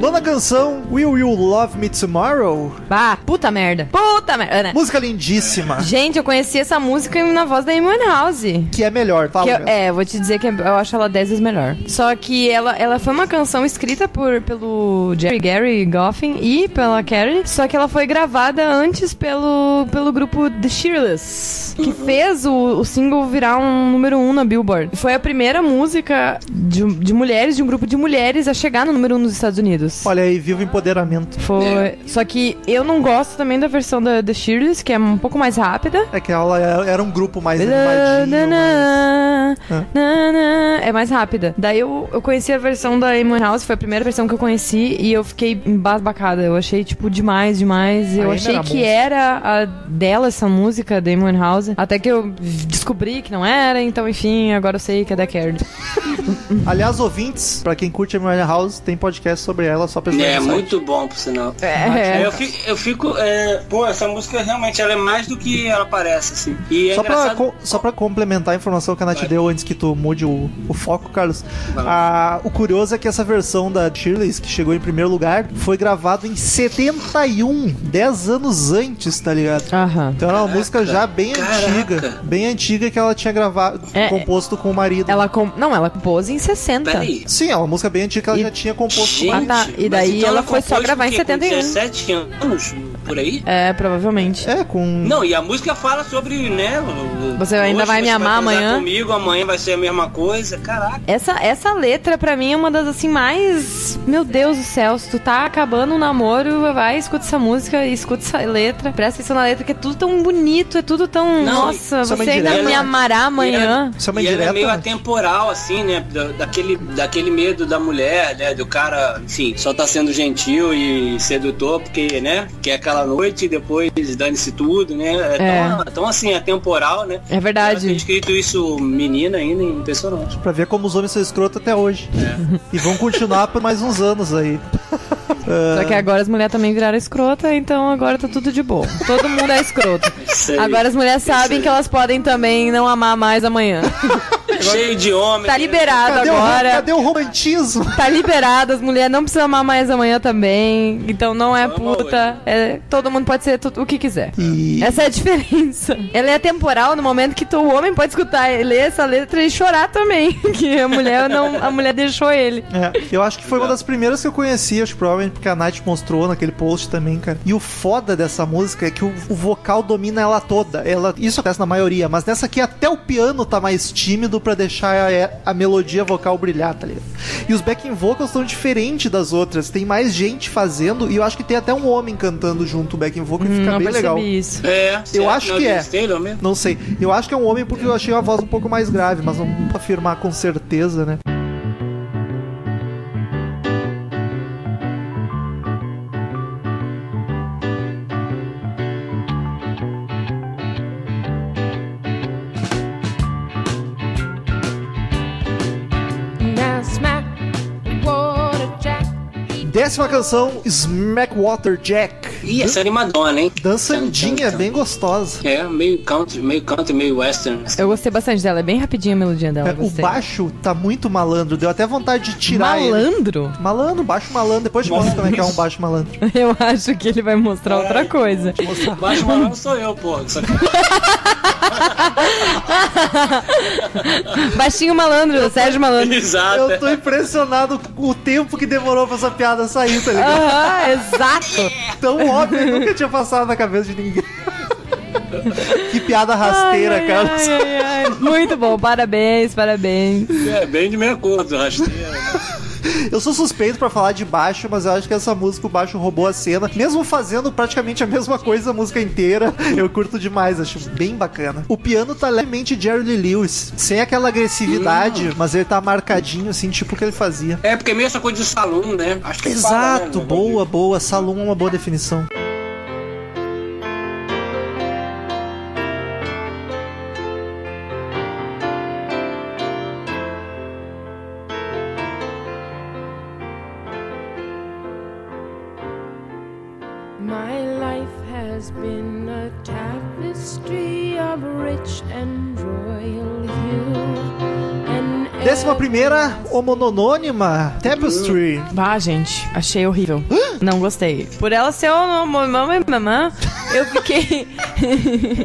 S2: Nona canção, Will You Love Me Tomorrow?
S3: Bah, puta merda. Puta merda. né?
S2: Música lindíssima.
S3: Gente, eu conheci essa música na voz da Amy House.
S2: Que é melhor, fala.
S3: Que eu-
S2: mesmo.
S3: é, vou te dizer que eu acho ela 10 vezes melhor. Só que ela, ela foi uma canção escrita por, pelo Jerry Gary Goffin e pela Carrie. Só que ela foi gravada antes pelo, pelo grupo The Shearless, que fez o, o single virar um número 1 um na Billboard. Foi a primeira música de, de mulheres, de um grupo de mulheres, a chegar no número 1 um nos Estados Unidos.
S2: Olha aí, viva o empoderamento.
S3: Foi. Só que eu não gosto também da versão da, The Shirley's, que é um pouco mais rápida.
S2: É que a aula era um grupo mais animadinho. mas-
S3: Na-
S2: Ah.
S3: na- na- É mais rápida. Daí eu, eu conheci a versão da Amy House, foi a primeira versão que eu conheci e eu fiquei embasbacada. Eu achei, tipo, demais, demais. Eu
S2: Amy
S3: achei
S2: era
S3: que
S2: monstro.
S3: era a dela essa música, da Amy House. Até que eu descobri que não era, então, enfim, agora eu sei que é da Caird.
S2: Aliás, ouvintes, pra quem curte a Millennium House, tem podcast sobre ela, só pesquisar
S4: É,
S2: no site.
S4: muito bom, por sinal.
S3: É,
S4: Eu fico, eu fico é, pô, essa música realmente ela é mais do que ela parece, assim. E é
S2: Só pra,
S4: engraçado-
S2: co- só pra complementar a informação que a Nath
S4: Vai.
S2: deu antes que tu mude o, o foco, Carlos,
S4: Vai
S2: a- o curioso é que essa versão da Shirley's, que chegou em primeiro lugar, foi gravado em 71, 10 anos antes, tá ligado?
S3: Aham.
S2: Então era uma música já bem
S4: Caraca.
S2: antiga, bem antiga que ela tinha gravado,
S3: É,
S2: composto com o marido.
S3: Ela com... Não, ela compôs em 60.
S4: Peraí.
S2: Sim, é uma música bem antiga que ela
S3: E-
S2: já tinha composto com o
S4: Gente,
S2: marido.
S3: Ah, tá. E
S4: mas
S3: daí
S4: então
S3: ela foi só
S4: compôs
S3: gravar em
S4: com o quê? Com
S3: 71.
S4: 17 anos, por aí?
S3: É, provavelmente.
S2: É, com...
S4: Não, e a música fala sobre, né? o-
S3: Você ainda
S4: hoje
S3: vai me amar
S4: transar
S3: amanhã?
S4: comigo, amanhã vai ser a mesma coisa. Caraca.
S3: Essa, essa letra, pra mim, é uma das, assim, mais... Meu Deus do céu, se tu tá acabando um namoro, vai, escuta essa música, escuta essa letra. Presta atenção na letra, que é tudo tão bonito, é tudo tão...
S4: Não,
S3: Nossa,
S2: isso é uma
S3: você ainda
S2: indireta.
S3: me amará amanhã.
S2: Isso é uma
S4: e ela
S2: indireta,
S4: é meio
S2: né?
S4: atemporal, assim, né? da- Daquele, daquele medo da mulher, né? Do cara, enfim, só tá sendo gentil e sedutor, porque, né? Que é aquela noite e depois dane-se tudo, né? É,
S3: É.
S4: Tão, tão, assim, atemporal, né?
S3: É
S4: Ela tem
S3: verdade.
S4: escrito isso menina ainda em pessoa não.
S2: Pra ver como os homens são escroto até hoje.
S3: É.
S2: E vão continuar por mais uns anos aí.
S3: Só que agora as mulheres também viraram escrota, então agora tá tudo de boa. Todo mundo é escroto.
S4: Sei.
S3: Agora as mulheres sabem
S4: aí.
S3: que elas podem também não amar mais amanhã.
S4: Cheio de homem.
S3: Tá
S4: né?
S3: liberado
S2: Cadê, o,
S3: agora.
S2: cadê o romantismo?
S3: Tá liberado, as mulheres não precisam amar mais amanhã também. Então não é
S4: Só ama
S3: puta. é- todo mundo pode ser tu- o que quiser.
S2: E
S3: Essa é a diferença. Ela é temporal no momento que tu, o homem pode escutar, e ler essa letra e chorar também. Que a mulher não. A mulher deixou ele.
S2: É, eu acho que foi uma das primeiras que eu conheci, acho que provavelmente porque a Nath mostrou naquele post também, cara. E o foda dessa música é que o, o vocal domina ela toda. Ela, isso acontece na maioria, mas nessa aqui até o piano tá mais tímido pra deixar a, a melodia vocal brilhar, tá ligado? E os backing vocals são diferentes das outras, tem mais gente fazendo e eu acho que tem até um homem cantando junto o backing vocal e fica
S3: Hum, não
S2: bem
S3: percebi
S2: legal.
S3: isso.
S4: É, certo,
S2: acho
S4: não,
S2: que é.
S4: James Taylor mesmo.
S2: Não sei. Eu acho que é um homem porque eu achei a voz um pouco mais grave, mas não dá pra afirmar com certeza, né?
S1: Now smack the water jack.
S2: Décima canção, Smack Water Jack.
S4: Ih, essa é animadona, hein? Então,
S2: Dançandinha, bem gostosa.
S4: É, meio country, meio country, meio western. assim.
S3: Eu gostei bastante dela, é bem rapidinha a melodia dela.
S2: É,
S3: eu
S2: o
S3: gostei.
S2: baixo tá muito malandro, deu até vontade de tirar ele.
S3: Malandro?
S2: Malandro, baixo malandro. Depois te mostro como é que é um baixo malandro.
S3: Eu acho que ele vai mostrar outra coisa.
S4: Baixo Malandro sou eu, porra. Só que
S3: Baixinho malandro, Sérgio Malandro.
S4: Exato.
S2: Eu tô impressionado com o tempo que demorou pra essa piada sair, tá ligado?
S3: Aham, exato.
S2: Tão óbvio, que nunca tinha passado na cabeça de ninguém. que piada rasteira,
S3: Ai, ai,
S2: cara.
S3: ai, ai, ai. Muito bom, parabéns, parabéns.
S4: É, bem de meia cor do rasteiro.
S2: Eu sou suspeito pra falar de baixo, mas eu acho que essa música, o baixo roubou a cena. Mesmo fazendo praticamente a mesma coisa a música inteira, eu curto demais, acho bem bacana. O piano tá levemente Jerry Lee Lewis, sem aquela agressividade, mas ele tá marcadinho, assim, tipo o que ele fazia.
S4: É, porque meio essa coisa de salão, né? Acho que fala, né,
S2: Exato,
S4: no
S2: boa, boa. Salum é uma boa definição.
S1: My life has been a tapestry of rich and royal hue. and
S2: Décima primeira, homononônima, Tapestry.
S3: Bah, gente, achei horrível. Não gostei. Por ela ser uma mamãe, mamã, eu fiquei.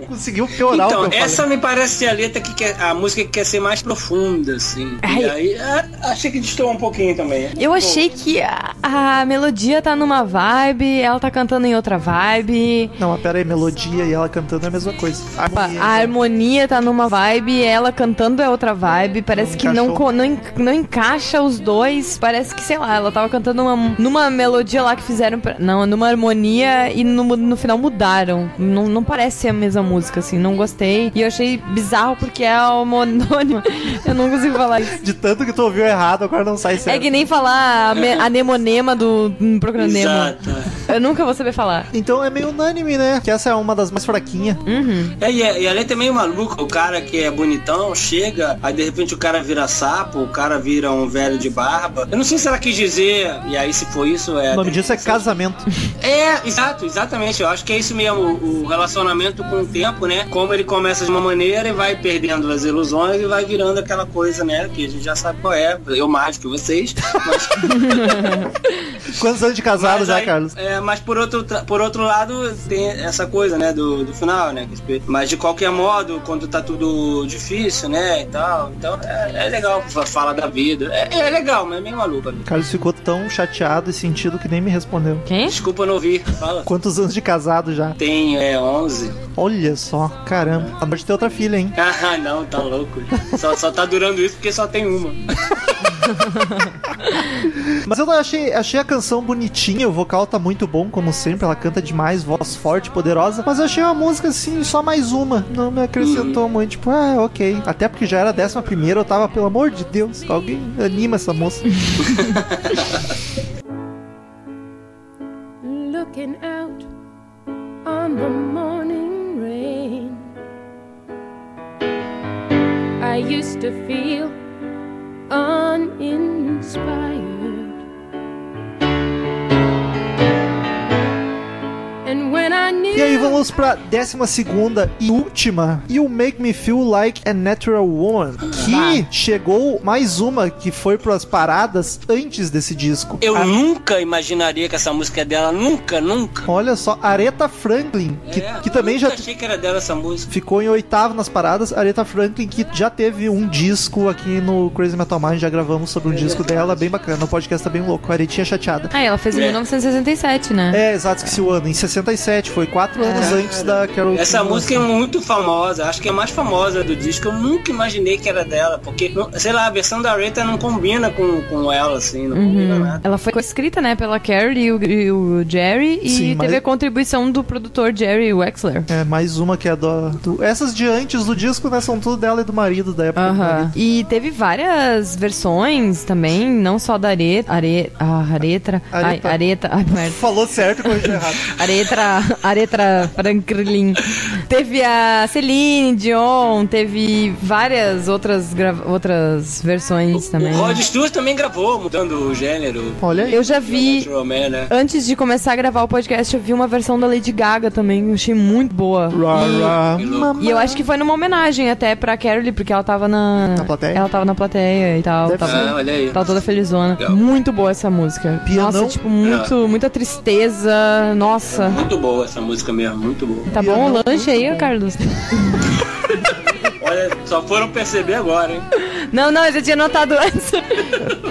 S2: Conseguiu piorar o
S4: Então,
S2: que eu falei.
S4: essa me parece ser a letra que quer, a música que quer ser mais profunda, assim.
S3: Ai.
S4: E aí, é, achei que destoou um pouquinho também.
S3: Eu achei que a, a melodia tá numa vibe, ela tá cantando em outra vibe.
S2: Não, mas pera aí, melodia e ela cantando é a mesma coisa.
S3: A
S2: Harmonia,
S3: a
S2: então.
S3: harmonia tá numa vibe, ela cantando é outra vibe. Parece
S2: Não
S3: que não,
S2: encaixou.
S3: co- não, en- não encaixa os dois. Parece que, sei lá, ela tava cantando uma, numa melodia lá que fizeram. pra- não, numa harmonia e no, no final mudaram. Não, não parece ser a mesma música, assim. Não gostei. E eu achei bizarro porque é homonônima. Eu não consigo falar isso.
S2: De tanto que tu ouviu errado, agora não sai
S3: É
S2: certo.
S3: que nem falar ame- anemonema do hum, procronema.
S4: Exato.
S3: Eu nunca vou saber falar.
S2: Então é meio unânime, né? Que essa é uma das mais fraquinhas.
S3: Uhum.
S4: É, e, a- e a letra é meio maluca. O cara que é bonitão chega, aí de repente o cara vira sapo, o cara vira um velho de barba. Eu não sei se ela quis dizer, e aí se for isso, é.
S2: O nome disso é casamento.
S4: É, exato, exatamente. Eu acho que é isso mesmo. O o relacionamento com o tempo, né? Como ele começa de uma maneira e vai perdendo as ilusões e vai virando aquela coisa, né? Que a gente já sabe qual é. Eu mais do que vocês. Mas
S2: Quantos anos de casado
S4: Mas
S2: já,
S4: aí-
S2: né, Carlos?
S4: é, mas por outro, tra- por outro lado, tem essa coisa, né, do, do final, né? que- Mas de qualquer modo, quando tá tudo difícil, né, e tal. Então é, é legal, fa- fala da vida. É, é legal, mas é meio maluco. né?
S2: Carlos ficou tão chateado e sentido que nem me respondeu.
S3: Quem?
S4: Desculpa não ouvir, fala.
S2: Quantos anos de casado já?
S4: Tem é, 11.
S2: Olha só, caramba. A morte tem outra filha, hein?
S4: Ah, não, tá louco. Só, só tá durando isso porque só tem uma.
S2: Mas eu achei, achei a canção bonitinha, o vocal tá muito bom, como sempre, ela canta demais, voz forte, poderosa. Mas eu achei uma música assim, só mais uma. Não me acrescentou muito, tipo, ah, ok. Até porque já era a décima primeira, eu tava, pelo amor de Deus, alguém anima essa moça.
S1: looking out on the morning rain. I used to feel uninspired. And when I knew
S2: E aí vamos pra décima segunda e última, You Make Me Feel Like a Natural Woman, que chegou mais uma que foi pras paradas antes desse disco.
S4: Eu
S2: A-
S4: nunca imaginaria que essa música é dela, nunca, nunca.
S2: Olha só, Aretha Franklin, que,
S4: É,
S2: que também
S4: nunca
S2: já
S4: achei que era dela essa música.
S2: Ficou em oitavo nas paradas, Aretha Franklin, que já teve um disco aqui no Crazy Metal Mind, já gravamos sobre um disco dela, bem bacana, o podcast tá bem louco, a Aretinha chateada.
S3: Ah, ela fez em
S4: É.
S3: 1967, né?
S2: É, exato, esqueci o ano, em 67, foi quatro anos antes da Carol
S4: É. Essa
S2: King
S4: música é
S2: lançar.
S4: muito famosa, acho que é a mais famosa do disco. Eu nunca imaginei que era dela, porque, não- sei lá, a versão da Rita não combina com, com ela, assim,
S2: Uhum.
S4: não combina nada.
S3: Ela foi escrita, né, pela Carrie e o, e o Jerry e
S2: Sim, mas-
S3: teve a contribuição do produtor Jerry Wexler.
S2: É, mais uma que é do, do- Essas de antes do disco, né, são tudo dela e do marido da época. né? do
S3: Aham.
S2: marido.
S3: E teve várias versões também, não só da Areta. Are, ah, aretra. Ai,
S2: Areta.
S3: areta. Ai, merda.
S2: Falou certo, corrigiu errado.
S3: Aretra, Aretra Franklin. Teve a Celine Dion, teve várias outras, grava- outras versões também.
S4: O Rod Stewart também gravou, mudando o gênero.
S2: Olha aí.
S3: Eu já vi
S4: Natural Man, né?
S3: Antes de começar a gravar o podcast, eu vi uma versão da Lady Gaga também, que eu achei muito boa.
S2: Ra, ra,
S4: E-
S2: mamá.
S3: E eu acho que foi numa homenagem até pra Carole, porque ela tava na.
S2: Na plateia?
S3: Ela tava na plateia e tal.
S2: Deve
S4: Ah,
S3: Tava,
S4: olha aí.
S2: tá
S3: tava toda felizona.
S4: Legal.
S3: Muito boa essa música.
S2: Pianão?
S3: Nossa, tipo, muito, muita tristeza. Nossa.
S4: Muito boa essa música mesmo, muito boa.
S3: Tá
S2: Pianão,
S3: bom o lanche aí,
S2: muito bom.
S3: Carlos?
S4: Olha, só foram perceber agora, hein?
S3: Não, não, eu já tinha notado antes.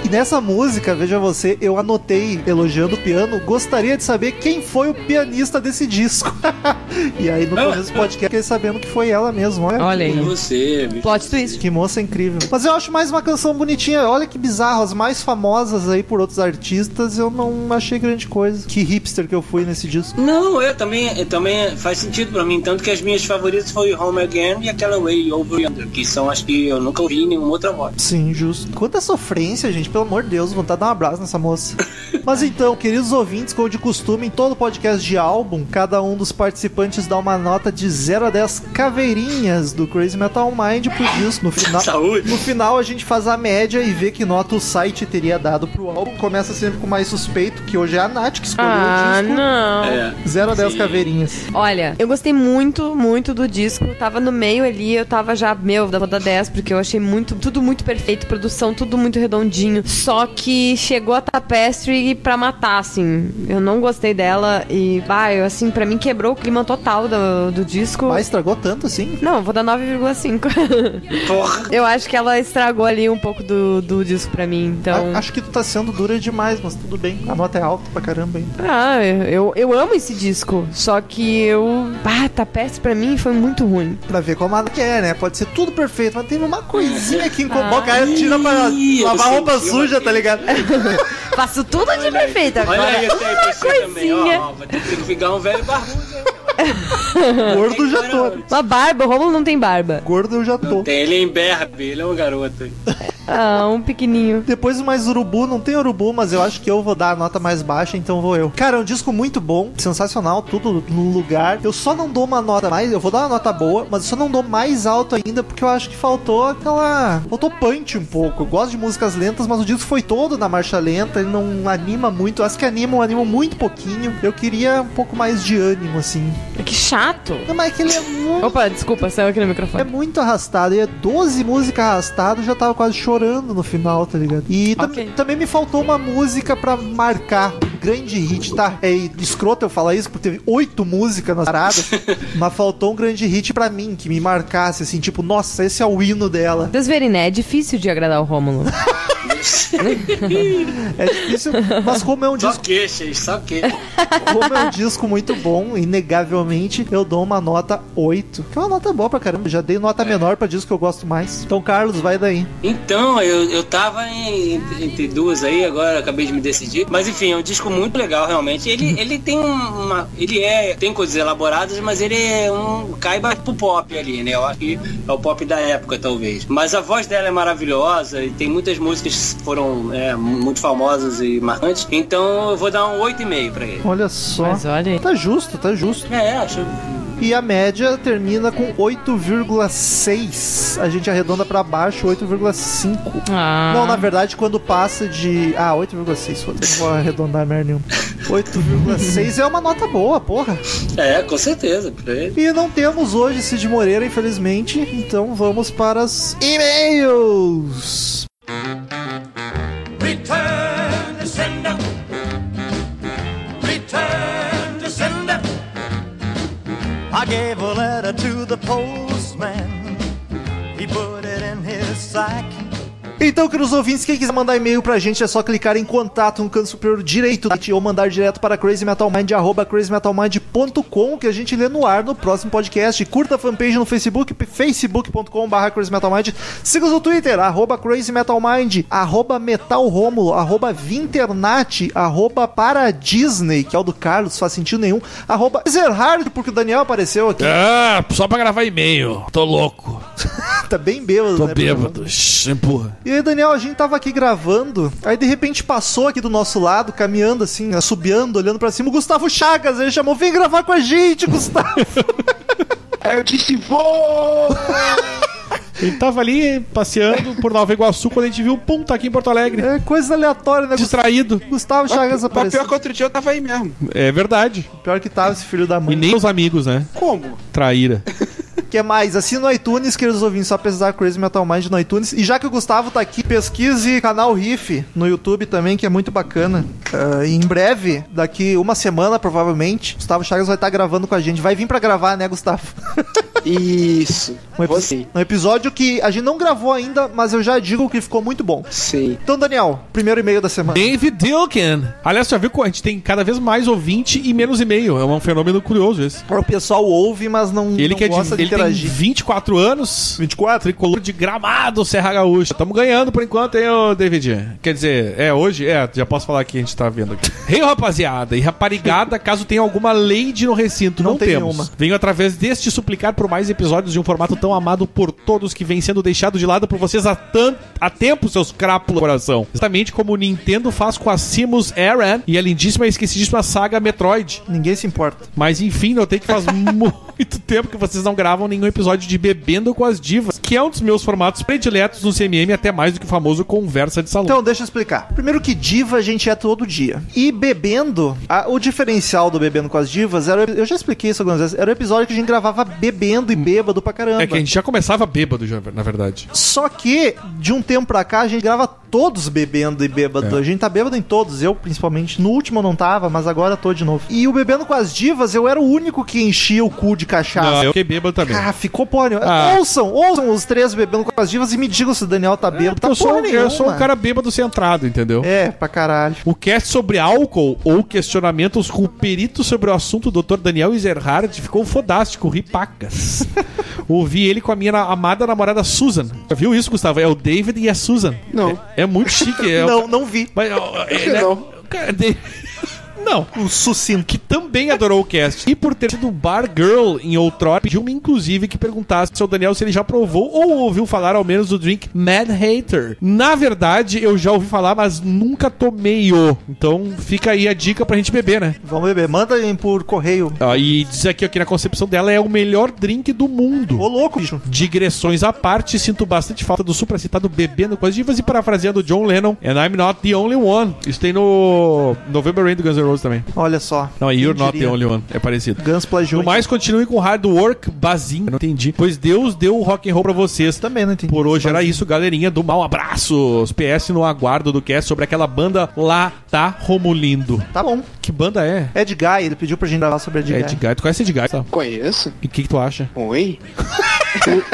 S2: E nessa música, veja você, eu anotei elogiando o piano, gostaria de saber quem foi o pianista desse disco. e aí no começo do podcast fiquei sabendo que foi ela mesmo, olha.
S3: Olha
S4: E
S3: aí.
S4: você, bicho.
S3: Plot twist.
S2: Que moça incrível. Mas eu acho mais uma canção bonitinha. Olha que bizarro. As mais famosas aí por outros artistas, eu não achei grande coisa. Que hipster que eu fui nesse disco.
S4: Não, eu também, eu também faz sentido pra mim, tanto que as minhas favoritas foi Home Again e aquela Way Over Yonder, que são as que eu nunca ouvi em nenhuma outra voz.
S2: Sim, justo. Quanta sofrência, gente. Pelo amor de Deus, vontade de dar um abraço nessa moça. Mas então, queridos ouvintes, como de costume, em todo podcast de álbum, cada um dos participantes dá uma nota de 0 a 10 caveirinhas do Crazy Metal Mind pro disco. No final,
S4: Saúde!
S2: no final a gente faz a média e vê que nota o site teria dado pro álbum. Começa sempre com o mais suspeito, que hoje é a Nath que escolheu o disco.
S3: Ah, não.
S4: É.
S2: 0 a 10
S4: Sim.
S2: caveirinhas.
S3: Olha, eu gostei muito, muito do disco. Eu tava no meio ali, eu tava já, meu, da da 10, porque eu achei muito, tudo muito perfeito, produção, tudo muito redondinho. Só que chegou a Tapestry e pra matar, assim. Eu não gostei dela e, bah, eu, assim, pra mim quebrou o clima total do, do disco.
S2: Mas estragou tanto assim?
S3: Não, eu vou dar 9,5.
S4: Porra.
S3: eu acho que ela estragou ali um pouco do, do disco pra mim, então...
S2: A- Acho que tu tá sendo dura demais, mas tudo bem. A nota é alta pra caramba, hein?
S3: Ah, eu, eu amo esse disco, só que eu... Ah, tá péssimo pra mim, foi muito ruim.
S2: Pra ver como ela quer, né? Pode ser tudo perfeito, mas tem uma coisinha que incomoda. O
S3: Ah.
S2: cara tira pra
S4: Ih, eu
S2: lavar roupa
S4: senti
S2: suja,
S4: aqui.
S2: tá ligado?
S3: Faço tudo de perfeito agora.
S4: Olha aí, eu tenho você também,
S3: coisinha.
S4: ó, ó. Vai ter que pegar um velho barbudo. né?
S2: Gordo eu já tô.
S3: Uma barba, o Romulo não tem barba.
S2: Gordo eu já tô.
S4: Tem ele é imberbe, ele é um garoto.
S3: Ah, um pequenininho.
S2: Depois mais urubu, não tem urubu, mas eu acho que eu vou dar a nota mais baixa, então vou eu. Cara, é um disco muito bom, sensacional, tudo no lugar. Eu só não dou uma nota mais, eu vou dar uma nota boa, mas eu só não dou mais alto ainda, porque eu acho que faltou aquela. faltou punch um pouco. Eu gosto de músicas lentas, mas o disco foi todo na marcha lenta, ele não anima muito. As que animam, animam muito pouquinho. Eu queria um pouco mais de ânimo, assim.
S3: Que chato.
S2: Não, mas é que ele é muito.
S3: Opa, desculpa, saiu aqui no
S2: É
S3: microfone.
S2: muito arrastado, e é 12 músicas arrastado, já tava quase chorando no final, tá ligado? E tam-
S3: Ok.
S2: também me faltou uma música pra marcar. Grande hit, tá? É escroto eu falar isso, porque teve oito músicas nas paradas, mas faltou um grande hit pra mim, que me marcasse, assim, tipo, nossa, esse é o hino dela.
S3: Desveriné, é difícil de agradar o Rômulo.
S2: É difícil, mas como é um
S4: Só
S2: disco,
S4: queixas, só queixas.
S2: como é um disco muito bom, inegavelmente, eu dou uma nota 8. Que é uma nota boa pra caramba, já dei nota menor pra disco que eu gosto mais. Então, Carlos, vai daí.
S4: Então, eu, eu tava em- entre- entre duas aí, agora acabei de me decidir. Mas enfim, é um disco muito legal, realmente. Ele, ele tem um, uma. Ele é. Tem coisas elaboradas, mas ele é um. caiba pro pop ali, né? Eu acho que é o pop da época, talvez. Mas a voz dela é maravilhosa e tem muitas músicas que foram é, muito famosas e marcantes. Então eu vou dar um 8,5 pra ele.
S2: Olha só.
S3: Mas olha aí.
S2: Tá justo, tá justo.
S4: É, acho.
S2: E a média termina com 8,6. A gente arredonda pra baixo 8,5.
S3: Ah.
S2: Não, na verdade, quando passa de. Ah, 8,6. foda-se, Não vou arredondar merda nenhuma. 8,6 é uma nota boa, porra.
S4: É, com certeza, pra ele.
S2: E não temos hoje Cid Moreira, infelizmente. Então vamos para os e-mails.
S6: Return to sender. Return to sender. I gave a letter to the postman. He put it in his sack.
S2: Então, queridos ouvintes, quem quiser mandar e-mail pra gente é só clicar em contato no canto superior direito do site ou mandar direto para crazymetalmind, arroba crazymetalmind.com que a gente lê no ar no próximo podcast. Curta a fanpage no Facebook, p- facebook.com barra crazymetalmind. Siga-nos no Twitter, arroba crazymetalmind, arroba metalromulo, arroba vinternat, arroba para Disney, que é o do Carlos, faz sentido nenhum, arroba zerhard, porque o Daniel apareceu aqui,
S7: Ah, só pra gravar e-mail. Tô louco.
S2: tá bem bêbado,
S7: Tô
S2: né,
S7: bêbado. Shhh, Empurra.
S2: E aí, Daniel, a gente tava aqui gravando, aí de repente passou aqui do nosso lado, caminhando assim, assobiando, olhando pra cima, o Gustavo Chagas, ele chamou, vem gravar com a gente, Gustavo!
S8: Aí eu disse, vou! Ele tava ali passeando por Nova Iguaçu quando a gente viu, pum, tá aqui em Porto Alegre.
S2: É coisa aleatória, né? Gustavo,
S7: Distraído.
S2: Gustavo Chagas
S8: Mas
S2: apareceu.
S8: pior que outro dia eu tava aí mesmo.
S7: É verdade.
S2: Pior que tava esse filho da
S7: E
S2: mãe.
S7: nem os amigos, né?
S8: Como?
S7: Traíra.
S2: O que é mais? Assina no iTunes, queridos ouvintes, só pesquisar Crazy Metal Mind no iTunes. E já que o Gustavo tá aqui, pesquise canal Riff no YouTube também, que é muito bacana. Ah, e em breve, daqui uma semana provavelmente, Gustavo Chagas vai estar gravando com a gente. Vai vir pra gravar, né, Gustavo?
S9: Isso.
S2: Um, epi-
S9: Você.
S2: um episódio que a gente não gravou ainda, mas eu já digo que ficou muito bom.
S9: Sim.
S2: Então, Daniel, primeiro e-mail da semana.
S7: David Dilkin. Aliás, já viu que a gente tem cada vez mais ouvinte e menos e-mail. É um fenômeno curioso esse.
S2: O pessoal ouve, mas não,
S7: Ele
S2: não
S7: que é de,
S2: gosta de,
S7: ele tem
S2: interagir.
S7: 24 anos. 24? Tricolor de gramado, Serra Gaúcha. Tamo ganhando por enquanto, hein, ô David? Quer dizer, é hoje? É, já posso falar que a gente tá vendo aqui. Rei, rapaziada, e raparigada, caso tenha alguma lady no recinto.
S2: Não
S7: Não,
S2: tem
S7: temos.
S2: nenhuma.
S7: Venho através deste suplicar por mais episódios de um formato tão amado por todos que vem sendo deixado de lado por vocês há, tan- há tempo, seus crápulos do coração. Exatamente como o Nintendo faz com a Simus Aran e a lindíssima e esquecidíssima saga Metroid.
S2: Ninguém se importa.
S7: Mas enfim, notei que faz muito tempo que vocês não gravam nenhum episódio de Bebendo com as Divas, que é um dos meus formatos prediletos no CMM, até mais do que o famoso Conversa de Salão. É
S2: Então, deixa eu explicar. Primeiro que diva a gente é todo dia. E bebendo, a- o diferencial do Bebendo com as Divas era. Eu já expliquei isso algumas vezes. Era o episódio que a gente gravava bebendo. bebendo e bêbado pra caramba.
S7: É que a gente já começava bêbado, já, na verdade.
S2: Só que, de um tempo pra cá, a gente grava todos bebendo e bêbado.
S7: É.
S2: A gente tá bêbado em todos, eu principalmente. No último eu não tava, mas agora tô de novo. E o Bebendo com as Divas, eu era o único que enchia o cu de cachaça.
S7: Não, eu fiquei bêbado também.
S2: Ah, ficou pônei.
S7: Ah.
S2: Ouçam, ouçam os três bebendo com as divas e me digam se o Daniel tá bêbado. tá
S7: eu, sou,
S2: porra
S7: um- eu sou um
S2: nenhuma.
S7: cara bêbado centrado, entendeu?
S2: É, pra caralho.
S7: O cast sobre álcool ou questionamentos com o perito sobre o assunto, Dr. Daniel Ezerhard, ficou fodástico, ripacas. Ouvi ele com a minha na- amada namorada Susan. Já Viu isso, Gustavo? É o David e a Susan.
S9: Não.
S7: É, é muito chique. É
S2: não, não vi.
S7: Mas, ó, ele é-
S9: Não.
S7: o cara dele- Não.
S2: Um sucinto.
S7: Que também adorou o cast. E por ter tido Bar Girl em outrora, pediu-me, inclusive, que perguntasse ao Daniel se ele já provou ou ouviu falar, ao menos, do drink Mad Hater. Na verdade, eu já ouvi falar, mas nunca tomei-o. Então fica aí a dica pra gente beber, né?
S2: Vamos beber. Manda em por correio.
S7: Ó, e diz aqui ó, que na concepção dela é o melhor drink do mundo.
S2: Ô, louco, bicho.
S7: Digressões à parte, sinto bastante falta do supracitado bebendo com as divas e parafraseando John Lennon. And I'm not the only one. Isso tem no November Rain do Guns N' Roses também.
S2: Olha só.
S7: Não, é
S2: Quem
S7: You're Not the
S2: diria?
S7: Only One. É parecido.
S2: Guns plagiou.
S7: No mais, continue com hard work, bazinho. Não entendi. Pois Deus deu o rock and roll pra vocês.
S2: Também não entendi.
S7: Por hoje era isso, galerinha do mal. Abraços. PS no aguardo do cast sobre aquela banda lá, tá, Romulindo.
S2: Tá bom.
S7: Que banda é?
S2: Ed Guy, ele pediu pra gente gravar sobre Ed
S7: É
S2: Guy.
S7: Edgar. Tu conhece Edgar? Tá?
S9: Conheço.
S7: E o que, que tu acha?
S9: Oi?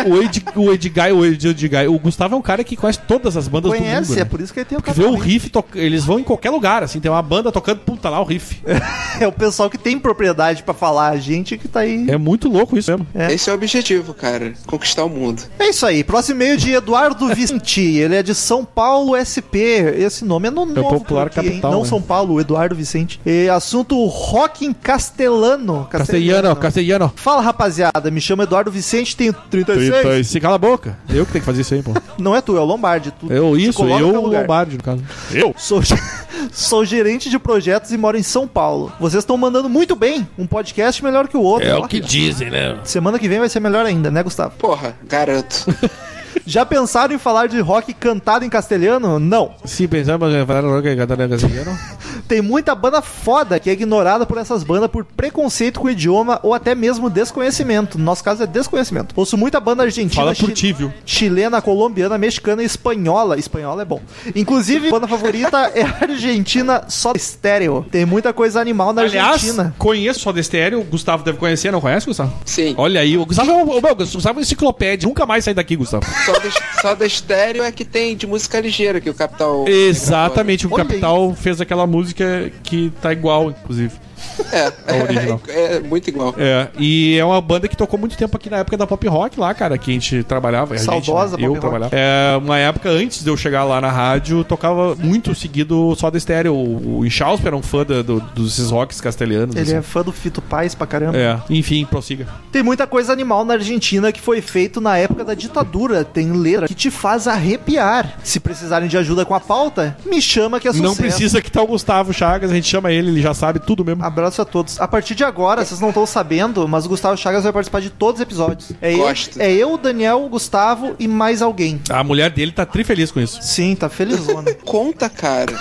S7: O, Ed, o Edgar, o Ed- Edgar. O Gustavo é um cara que conhece todas as bandas do
S2: Conhece,
S7: mundo.
S2: é
S7: né?
S2: por isso que ele tem o
S7: Porque vê o
S2: casamento.
S7: riff, toca- eles vão em qualquer lugar, assim, tem uma banda tocando, puta lá o riff.
S2: É o pessoal que tem propriedade pra falar, a gente que tá aí.
S7: É muito louco isso mesmo.
S2: É.
S9: Esse é o objetivo, cara. Conquistar o mundo.
S2: É isso aí. Próximo e-mail de Eduardo Vicente. Ele é de São Paulo, SP. Esse nome é no novo por
S7: popular
S2: aqui, hein?
S7: capital,
S2: Não
S7: né?
S2: São Paulo, Eduardo Vicente. E assunto rock em castelano.
S7: Castellano, Castellano.
S2: Fala, rapaziada. Me chamo Eduardo Vicente, tenho 36.
S7: 36. Cala a boca. Eu que tenho que fazer isso aí, pô.
S2: Não é tu, é o Lombardi. Tu
S7: Eu,
S2: te
S7: isso,
S2: coloca
S7: eu,
S2: no teu lugar.
S7: Lombardi, no caso. Eu?
S2: Sou, ge- sou gerente de projetos e moro em São Paulo. Vocês estão mandando muito bem. Um podcast melhor que o outro.
S7: É
S2: Ó,
S7: dizem, né?
S2: Semana que vem vai ser melhor ainda, né, Gustavo?
S9: Porra, garanto.
S2: Já pensaram em falar de rock cantado em castelhano? Não.
S7: Se pensarmos em falar é logo que Catarina Castellano.
S2: Tem muita banda foda que é ignorada por essas bandas por preconceito com o idioma ou até mesmo desconhecimento. No nosso caso é desconhecimento. Ouço muita banda argentina.
S7: Fala por
S2: chi-
S7: ti, viu?
S2: Chilena, colombiana, mexicana e espanhola. Espanhola é bom. Inclusive, banda favorita é a Argentina só estéreo. Tem muita coisa animal na
S7: Aliás,
S2: Argentina.
S7: conheço só desse estéreo. O Gustavo deve conhecer, não conhece, Gustavo?
S9: Sim.
S7: Olha aí, o Gustavo é um, o meu, o Gustavo é uma enciclopédia. Nunca mais sai daqui, Gustavo.
S9: Só da, só da estéreo é que tem de música ligeira que o Capital.
S7: Exatamente, o
S2: Olha aí.
S7: Capital fez aquela música que tá igual, inclusive.
S9: É,
S7: A original.
S9: é, é muito igual.
S7: É, e é uma banda que tocou muito tempo aqui na época da pop rock lá, cara, que a gente trabalhava. a gente,
S2: Saudosa
S7: né? Eu
S2: pop rock.
S7: trabalhava. É, uma época antes de eu chegar lá na rádio, tocava muito seguido só da estéreo. O o Inchausper era um fã da- do- desses rocks castelhanos.
S2: Ele
S7: assim.
S2: é fã do Fito Paz pra caramba.
S7: É, enfim, prossiga.
S2: Tem muita coisa animal na Argentina que foi feito na época da ditadura. Tem letra que te faz arrepiar. Se precisarem de ajuda com a pauta, me chama que é sucesso.
S7: Não precisa que tá o Gustavo Chagas, a gente chama ele, ele já sabe tudo mesmo.
S2: Abraço a todos. A partir de agora, vocês não estão sabendo, mas o Gustavo Chagas vai participar de todos os episódios. É eu,
S9: Gosto.
S2: é eu, o Daniel, o Gustavo e mais alguém.
S7: A mulher dele tá trifeliz com isso.
S2: Sim, tá felizona.
S9: Conta, cara.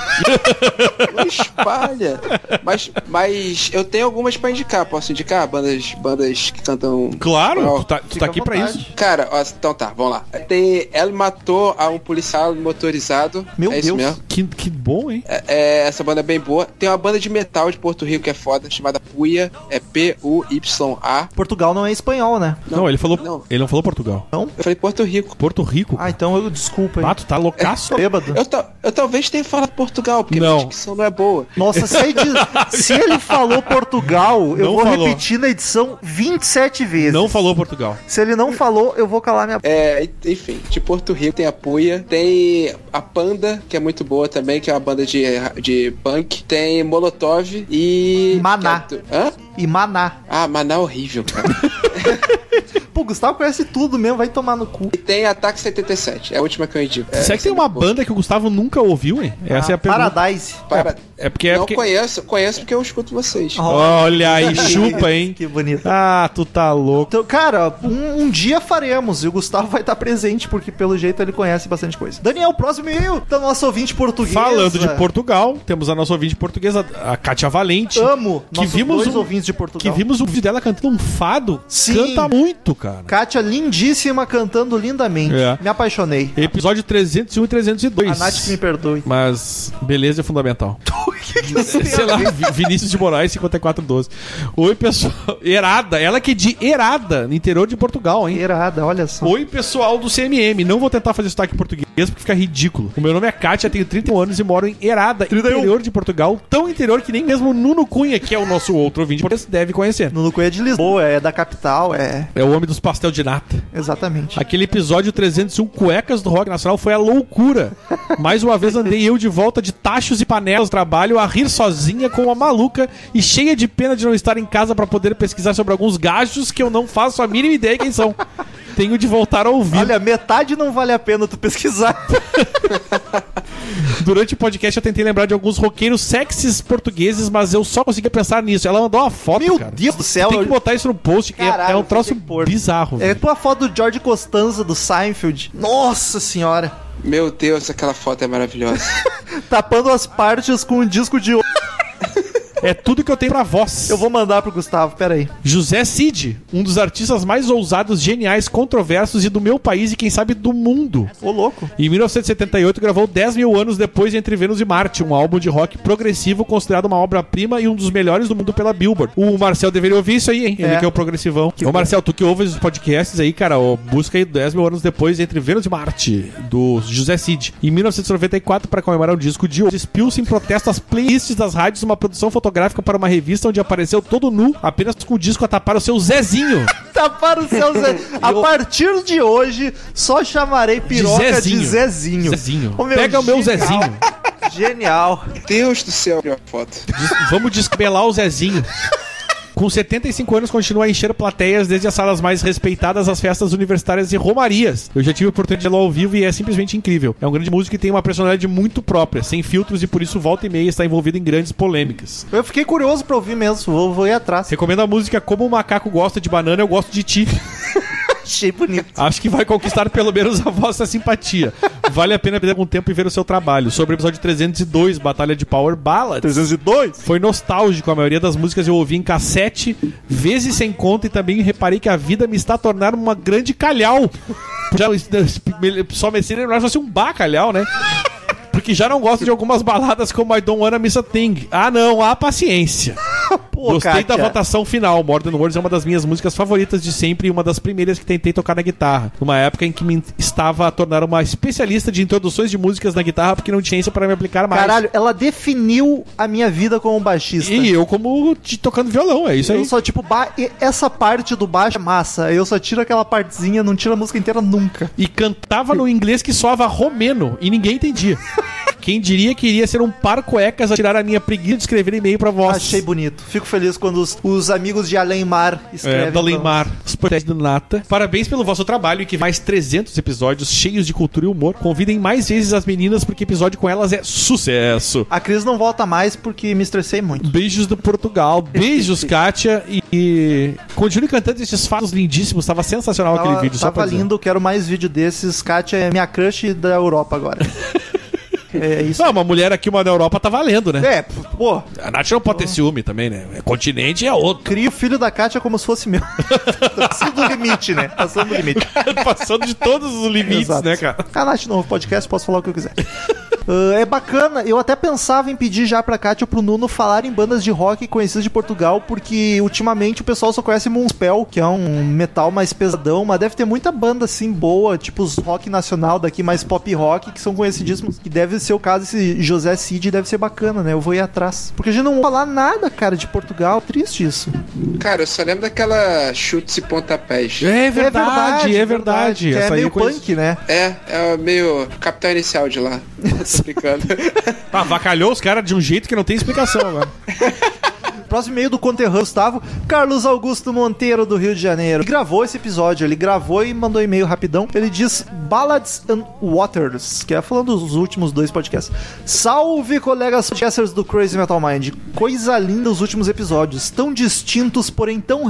S9: Não espalha. Mas, mas eu tenho algumas pra indicar. Posso indicar? Bandas, bandas que cantam.
S7: Claro, tu tá, tu
S2: Fica
S7: tá aqui
S2: à
S7: pra
S2: vontade.
S7: isso.
S9: Cara, ó, então tá, vamos lá. Tem, ele matou a um policial motorizado.
S2: Meu
S9: é isso
S2: Deus.
S9: mesmo.
S7: Que, que bom, hein?
S9: É- é, essa banda é bem boa. Tem uma banda de metal de Porto Rico que é foda, chamada Puya. É P-U-Y-A.
S2: Portugal não é espanhol, né?
S7: Não, ele falou.
S9: não.
S7: Ele não falou Portugal.
S9: Eu falei Porto Rico.
S7: Porto Rico.
S2: Ah, então eu desculpa aí.
S7: Ah, tu tá loucaço.
S2: Bêbado.
S9: Eu, ta- eu talvez tenha falado Portugal, porque
S7: Não.
S9: minha dicção não é boa.
S2: Nossa, se, ele, se ele falou Portugal, eu
S7: Não
S2: vou
S7: falou.
S2: repetir na edição 27 vezes.
S7: Não falou Portugal.
S2: Se ele não falou, eu vou calar minha.
S9: É, enfim, de Porto Rico tem a Puya, tem a Panda, que é muito boa também, que é uma banda de, de punk, tem Molotov e.
S2: Maná.
S9: que é do- Hã?
S2: E Maná.
S9: Ah, Maná é horrível, cara.
S2: Pô, o Gustavo conhece tudo mesmo, vai tomar no cu.
S9: e tem Ataque 77, é a última que eu indico. É,
S7: Será que tem
S9: essa é
S7: uma
S9: muito boa.
S7: banda que o Gustavo nunca ouviu, hein? Essa é a
S2: Ah,
S7: pergunta.
S2: Paradise.
S9: Para...
S7: É porque é
S9: não
S7: porque...
S9: conheço, conheço porque eu escuto vocês.
S7: Ah. Olha aí, chupa, hein?
S2: Que bonito.
S7: Ah, tu tá louco.
S2: Então, cara, um, um dia faremos e o Gustavo vai estar presente, porque pelo jeito ele conhece bastante coisa. Daniel, próximo e-mail da nossa ouvinte portuguesa.
S7: Falando de Portugal, temos a nossa ouvinte portuguesa, a Kátia Valente.
S2: Amo
S7: Que vimos
S2: dois
S7: um-
S2: ouvintes de
S7: Que
S2: Portugal.
S7: vimos o vídeo dela cantando um fado.
S2: Sim.
S7: Canta muito, cara.
S2: Kátia, lindíssima, cantando lindamente.
S7: É.
S2: Me apaixonei.
S7: Episódio 301 e 302.
S2: A Nath que me perdoe.
S7: Mas beleza é fundamental. Sei lá, Vi- Vinícius de Moraes, 5412. Oi, pessoal. Herada, ela que é de Herada, no interior de Portugal, hein?
S2: Irada, olha só.
S7: Oi, pessoal do CMM. Não vou tentar fazer sotaque em português porque fica ridículo. O meu nome é Kátia, tenho 31 anos e moro em Herada, interior de Portugal. Tão interior que nem mesmo o Nuno Cunha, que é o nosso outro ouvinte, português, deve conhecer.
S2: No Lucuia de Lisboa, é da capital, é.
S7: É o homem dos pastel de nata.
S2: Exatamente.
S7: Aquele episódio 301 Cuecas do Rock Nacional foi a loucura. Mais uma vez andei eu de volta de tachos e panelas do trabalho a rir sozinha com uma maluca e cheia de pena de não estar em casa pra poder pesquisar sobre alguns gajos que eu não faço a mínima ideia quem são. Tenho de voltar a ouvir.
S2: Olha, metade não vale a pena tu pesquisar.
S7: Durante o podcast eu tentei lembrar de alguns roqueiros sexys portugueses, mas eu só conseguia pensar nisso. Ela mandou uma foto,
S2: Meu
S7: cara.
S2: Deus do céu.
S7: Tem que botar isso no post, que é-
S2: Caralho,
S7: é um
S2: vou
S7: troço
S2: ter que pôr.
S7: bizarro.
S2: É
S7: velho.
S2: tua foto do George Costanza, do Seinfeld. Nossa senhora.
S9: Meu Deus, aquela foto é maravilhosa.
S2: Tapando as partes com um disco de ouro.
S7: É, tudo que eu tenho pra voz.
S2: Eu vou mandar pro Gustavo, peraí.
S7: José Cid, um dos artistas mais ousados, geniais, controversos e do meu país e quem sabe do mundo.
S2: Ô, louco.
S7: Em 1978 gravou 10 mil anos depois Entre Vênus e Marte, um álbum de rock progressivo considerado uma obra-prima e um dos melhores do mundo pela Billboard. O Marcel deveria ouvir isso aí, hein? Ele
S2: É.
S7: que é o progressivão. Ô Marcel, tu que ouves os podcasts aí, cara, ó, busca aí 10 mil anos depois Entre Vênus e Marte, do José Cid. Em 1994, para comemorar o disco de ouro, despiu-se em protesto às playlists das rádios uma produção fotográfica para uma revista onde apareceu todo nu, apenas com o disco a tapar o seu Zezinho.
S2: Tapar o céu, Zé. é. A partir de hoje, só chamarei piroca de
S7: Zezinho.
S2: Zezinho.
S7: Zezinho.
S2: Ô,
S7: Pega o meu
S2: genial.
S7: Zezinho.
S2: Genial.
S9: Deus do céu, olha a foto.
S7: Des- Vamos descabelar o Zezinho. Com 75 anos, continua a encher plateias desde as salas mais respeitadas às festas universitárias e romarias. Eu já tive a oportunidade de lá ao vivo e é simplesmente incrível. É um grande músico e tem uma personalidade muito própria, sem filtros e por isso volta e meia está envolvido em grandes polêmicas.
S2: Eu fiquei curioso pra ouvir mesmo. Vou, vou ir atrás.
S7: Recomendo a música Como o Macaco Gosta de Banana, Eu Gosto de Ti.
S2: Achei bonito.
S7: Acho que vai conquistar pelo menos a vossa simpatia. Vale a pena perder algum tempo e ver o seu trabalho. Sobre o episódio 302, Batalha de Power Ballads.
S2: 302?
S7: Foi nostálgico, a maioria das músicas eu ouvi em cassete, vezes sem conta, e também reparei que a vida me está tornando uma grande calhau. Já, só me sei lembrar se fosse um bacalhau, né? Porque já não gosto de algumas baladas como I Don't Wanna Miss a Thing. Ah, não, há paciência.
S2: Pô,
S7: Gostei da
S2: Kátia.
S7: votação final. Modern Words é uma das minhas músicas favoritas de sempre e uma das primeiras que tentei tocar na guitarra. Numa época em que me estava a tornar uma especialista de introduções de músicas na guitarra porque não tinha isso para me aplicar mais.
S2: Caralho, ela definiu a minha vida como baixista.
S7: E eu como de- tocando violão, é isso aí.
S2: Eu só, tipo, ba- e- essa parte do baixo é massa. Eu só tiro aquela partezinha, não tiro a música inteira nunca.
S7: E cantava no inglês que soava romeno e ninguém entendia. Quem diria que iria ser um par cuecas a tirar a minha preguiça de escrever e-mail pra voz. É,
S2: Achei bonito. Fico feliz quando os, os amigos de Além Mar escrevem. então.
S7: É, da Leimar, os podcasts do Nata. Parabéns pelo vosso trabalho e que mais 300 episódios cheios de cultura e humor. Convidem mais vezes as meninas porque episódio com elas é sucesso.
S2: A Cris não volta mais porque me estressei muito.
S7: Beijos do Portugal, beijos Kátia e, e continue cantando esses fatos lindíssimos. Tava sensacional aquele
S2: Tava-
S7: vídeo, só pra
S2: tava
S7: dizer.
S2: lindo, quero mais vídeo desses. Kátia é minha crush da Europa agora. é isso.
S7: Não, uma mulher aqui, uma da Europa, tá valendo, né?
S2: É, p- pô,
S7: A Nath não pode ter ciúme também, né? É continente e é outro.
S2: crio o filho da Kátia como se fosse meu. Passando do limite, né? Passando do limite.
S7: passando de todos os limites,
S2: Exato.
S7: né, cara?
S2: Canal de novo podcast, posso falar o que eu quiser. Ah, é bacana, eu até pensava em pedir já pra Kátia ou pro Nuno falar em bandas de rock conhecidas de Portugal, porque ultimamente o pessoal só conhece Moonspell, que é um metal mais pesadão, mas deve ter muita banda assim boa, tipo os rock nacional daqui, mais pop rock, que são conhecidíssimos. Que deve ser o caso, esse José Cid deve ser bacana, né? Eu vou ir atrás. Porque a gente não vai falar nada, cara, de Portugal, triste isso.
S9: Cara, eu só lembro daquela chutes e pontapés.
S7: É verdade, é verdade.
S2: Que é
S7: Essa aí
S2: meio
S7: eu conheço.
S2: punk, né?
S9: É, é meio capital inicial de lá. Tô brincando.
S7: Ah, avacalhou os caras de um jeito que não tem explicação agora.
S2: Próximo e-mail do conterrâneo Gustavo, Carlos Augusto Monteiro do Rio de Janeiro. Ele gravou esse episódio, ele gravou e mandou e-mail rapidão. Ele diz Ballads and Waters, que é falando dos últimos dois podcasts. Salve, colegas podcasters do Crazy Metal Mind. Coisa linda os últimos episódios, tão distintos, porém tão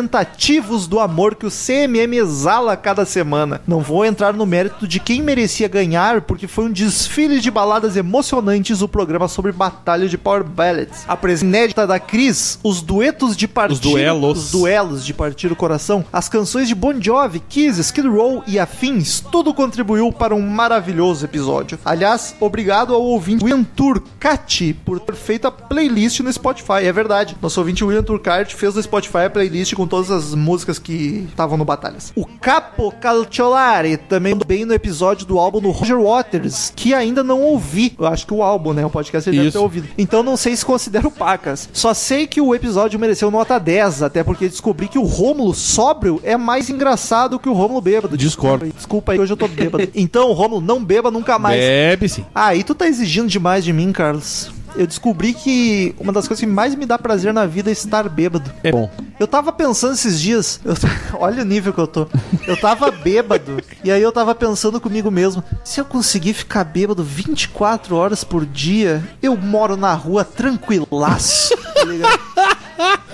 S2: representativos do amor que o CMM exala a cada semana. Não vou entrar no mérito de quem merecia ganhar, porque foi um desfile de baladas emocionantes o programa sobre batalha de Power Ballads. A presença inédita da Cris Cris, os duetos de partir.
S7: Os duelos.
S2: os duelos de partir o coração, as canções de Bon Jovi, Kiss, Skid Row e afins, tudo contribuiu para um maravilhoso episódio. Aliás, obrigado ao ouvinte William Turcati por ter feito a playlist no Spotify. É verdade, nosso ouvinte William Turcati fez no Spotify a playlist com todas as músicas que estavam no Batalhas. O Capo Calciolari também mandou bem no episódio do álbum do Roger Waters, que ainda não ouvi. Eu acho que o álbum, né? O podcast ele deve
S7: Isso.
S2: ter ouvido. Então não sei se considero pacas. Só sei que o episódio mereceu nota 10, até porque descobri que o Rômulo sóbrio é mais engraçado que o Rômulo bêbado.
S7: Discordo.
S2: Desculpa aí, hoje eu tô bêbado. então, Rômulo, não beba nunca mais.
S7: Bebe sim.
S2: Aí tu tá exigindo demais de mim, Carlos. Eu descobri que uma das coisas que mais me dá prazer na vida é estar bêbado.
S7: É bom.
S2: Eu tava pensando esses dias, eu t- olha o nível que eu tô. Eu tava bêbado, e aí eu tava pensando comigo mesmo: se eu conseguir ficar bêbado 24 horas por dia, eu moro na rua tranquilaço. tá ligado?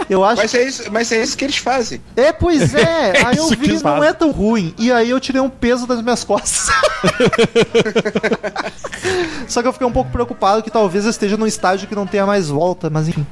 S2: Eu acho
S9: Mas é isso, mas é isso que eles fazem.
S2: é, pois é. aí eu
S7: isso que
S2: vi, não
S7: faz.
S2: é tão ruim. E aí eu tirei um peso das minhas costas. Só que eu fiquei um pouco preocupado que talvez eu esteja num estágio que não tenha mais volta, mas enfim.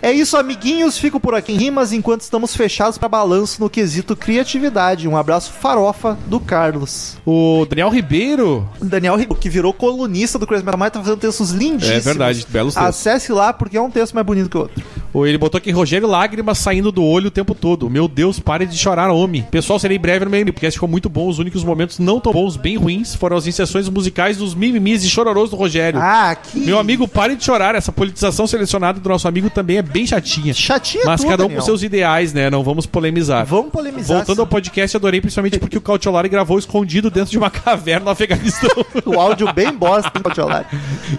S2: É isso, amiguinhos. Fico por aqui em rimas enquanto estamos fechados para balanço no quesito criatividade. Um abraço farofa do Carlos.
S7: O Daniel Ribeiro.
S2: Daniel Ribeiro, que virou colunista do Crazy Metal Mind, tá fazendo textos lindíssimos.
S7: É verdade, belos textos.
S2: Acesse lá porque é um texto mais bonito que o outro.
S7: o- Ele botou aqui Rogério lágrimas saindo do olho o tempo todo. Meu Deus, pare de chorar, homem. Pessoal, serei breve no meio, porque ficou muito bom. Os únicos momentos não tão bons, bem ruins, foram as inserções musicais dos mimimis e chororôs do Rogério.
S2: Ah, que
S7: Meu amigo, pare de chorar. Essa politização selecionada do nosso amigo também é bem chatinha.
S2: chatinho
S7: Mas
S2: tu,
S7: cada um
S2: Daniel.
S7: com seus ideais, né? Não vamos polemizar.
S2: Vamos polemizar.
S7: Voltando ao podcast, adorei principalmente porque o Cautiolari gravou escondido dentro de uma caverna no Afeganistão.
S2: O áudio bem bosta, hein, Patiolari?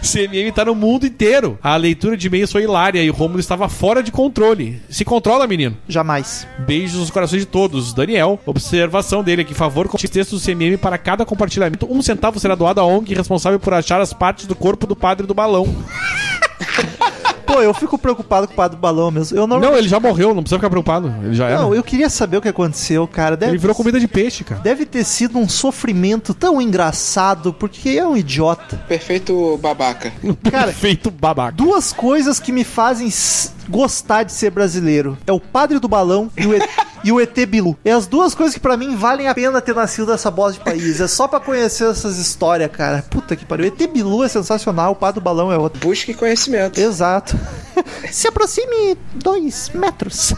S7: CMM tá no mundo inteiro. A leitura de e-mails foi hilária e o Romulo estava fora de controle. Se controla, menino.
S2: Jamais.
S7: Beijos nos corações de todos. Daniel, observação dele aqui. Favor, com os textos do CMM para cada compartilhamento. Um centavo será doado à ONG responsável por achar as partes do corpo do padre do balão.
S2: Pô, eu fico preocupado com o Padre Balão mesmo. Eu não.
S7: Não, ele já morreu, não precisa ficar preocupado. Ele já era.
S2: Não, eu queria saber o que aconteceu, cara. Deve,
S7: Ele virou comida de peixe, cara.
S2: deve ter sido um sofrimento tão engraçado, porque é um idiota.
S9: Perfeito babaca.
S2: Cara,
S7: Feito babaca.
S2: duas coisas que me fazem s- gostar de ser brasileiro: é o Padre do Balão e o ET. E o ET Bilu. É as duas coisas que pra mim valem a pena ter nascido nessa bosta de país. É só pra conhecer essas histórias, cara. Puta que pariu. O ET Bilu é sensacional, o Padre do Balão é outro.
S9: Busque conhecimento.
S2: Exato. Se aproxime dois metros.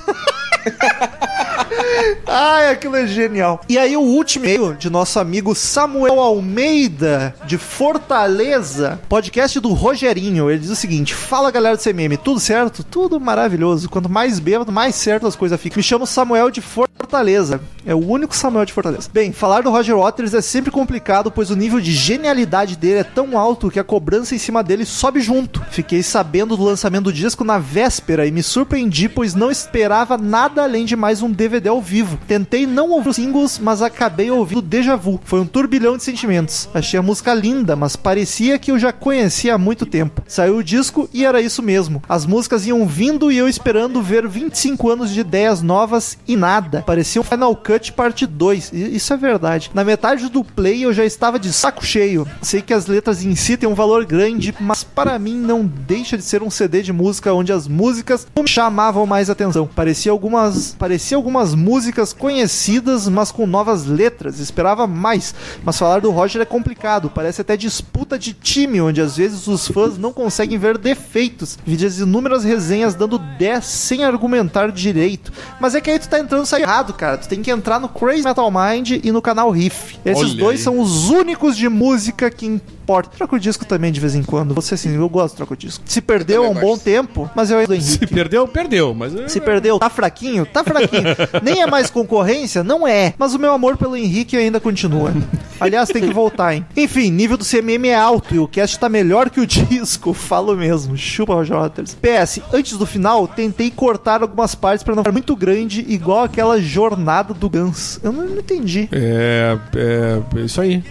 S2: Ai, aquilo é genial. E aí, o último e-mail de nosso amigo Samuel Almeida, de Fortaleza, podcast do Rogerinho. Ele diz o seguinte: Fala galera do CMM, tudo certo? Tudo maravilhoso. Quanto mais bêbado, mais certo as coisas ficam. Me chamo Samuel de Fortaleza. É o único Samuel de Fortaleza. Bem, falar do Roger Waters é sempre complicado, pois o nível de genialidade dele é tão alto que a cobrança em cima dele sobe junto. Fiquei sabendo do lançamento do disco na véspera e me surpreendi, pois não esperava nada além de mais um DVD ao vivo. Tentei não ouvir os singles, mas acabei ouvindo Deja Vu. Foi um turbilhão de sentimentos. Achei a música linda, mas parecia que eu já conhecia há muito tempo. Saiu o disco e era isso mesmo. As músicas iam vindo e eu esperando ver 25 anos de ideias novas e nada. Parecia um Final Cut parte 2. I- Isso é verdade. Na metade do play eu já estava de saco cheio. Sei que as letras em si têm um valor grande, mas para mim não deixa de ser um CD de música onde as músicas não me chamavam mais atenção. Parecia algumas, parecia algumas músicas conhecidas, mas com novas letras. Esperava mais. Mas falar do Roger é complicado. Parece até disputa de time, onde às vezes os fãs não conseguem ver defeitos. Vi as inúmeras resenhas dando 10 sem argumentar direito. Mas é que aí tu tá entrando e sai errado, cara. Tu tem que entrar no Crazy Metal Mind e no canal Riff. Esses
S7: Olha
S2: dois
S7: aí.
S2: são os únicos de música que importa. Troca o disco também de vez em quando. Você sim, eu gosto de troca o disco. Se perdeu há um
S9: também
S2: bom
S9: gosto.
S2: tempo, mas eu ainda
S7: Se
S2: Henrique.
S7: perdeu, perdeu. Mas é-
S2: Se perdeu, tá fraquinho? Tá fraquinho. Nem é mais concorrência? Não é. Mas o meu amor pelo Henrique ainda continua. Aliás, tem que voltar, hein? Enfim, nível do CMM é alto e o cast tá melhor que o disco. Falo mesmo. Chupa, Roger Waters. PS, antes do final, tentei cortar algumas partes pra não ficar muito grande, igual aquela jornada do Guns. Eu não, não entendi.
S7: É, é, é isso aí.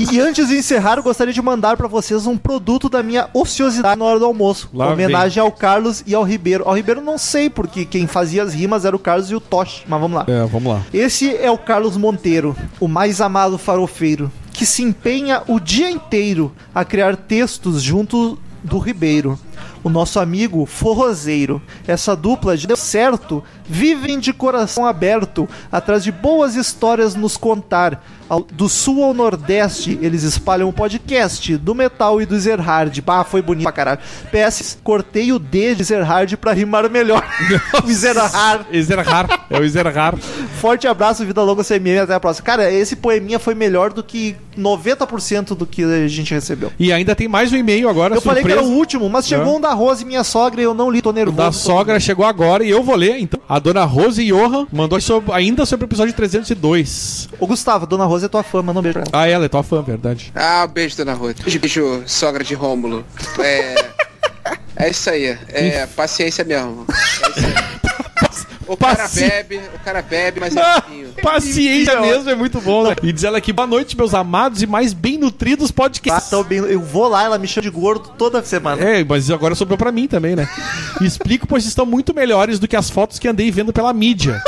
S2: E antes de encerrar, eu gostaria de mandar pra vocês um produto da minha ociosidade na hora do almoço.
S7: Lá
S2: Uma homenagem ao Carlos e ao Ribeiro. Ao Ribeiro não sei, porque quem fazia as rimas era o Carlos e o Tosh. Mas vamos lá.
S7: É, vamos lá.
S2: Esse é o Carlos Monteiro, o mais amado farofeiro, que se empenha o dia inteiro a criar textos junto do Ribeiro. o nosso amigo forrozeiro. Essa dupla de deu certo, vivem de coração aberto, atrás de boas histórias nos contar. Ao- Do sul ao nordeste, eles espalham o podcast do metal e do Zerhard. Bah, foi bonito pra caralho. PS, cortei o D de Zerhard pra rimar melhor. Zerhard.
S7: Ezerhar. É o Ezerhar.
S2: Forte abraço, vida longa CMM, até a próxima. Cara, esse poeminha foi melhor do que 90% do que a gente recebeu.
S7: E ainda tem mais um e-mail agora,
S2: Eu falei que era o
S7: surpresa.
S2: último, mas chegou um da Rose, minha sogra, e eu não li, tô nervoso.
S7: da
S2: tô-
S7: sogra chegou agora e eu vou ler, então. A dona Rose Johan mandou sobre- ainda sobre o episódio 302.
S2: Ô, Gustavo, Dona Rose é tua fã, manda um beijo pra ela.
S7: Ah, ela é tua fã, verdade.
S9: Ah, beijo, dona Ruth. Beijo, beijo, sogra de Rômulo. É. É isso aí. É paciência mesmo. É isso aí. O cara
S7: Paci-
S9: bebe, o cara bebe, mas é
S7: Ah,
S9: pouquinho.
S7: Paciência mesmo, é muito bom, né? E diz ela aqui, boa noite, meus amados e mais bem nutridos
S2: Ah,
S7: podcasts.
S2: tô bem- eu vou lá, ela me chama de gordo toda semana.
S7: É, mas agora sobrou pra mim também, né? Explico, pois estão muito melhores do que as fotos que andei vendo pela mídia.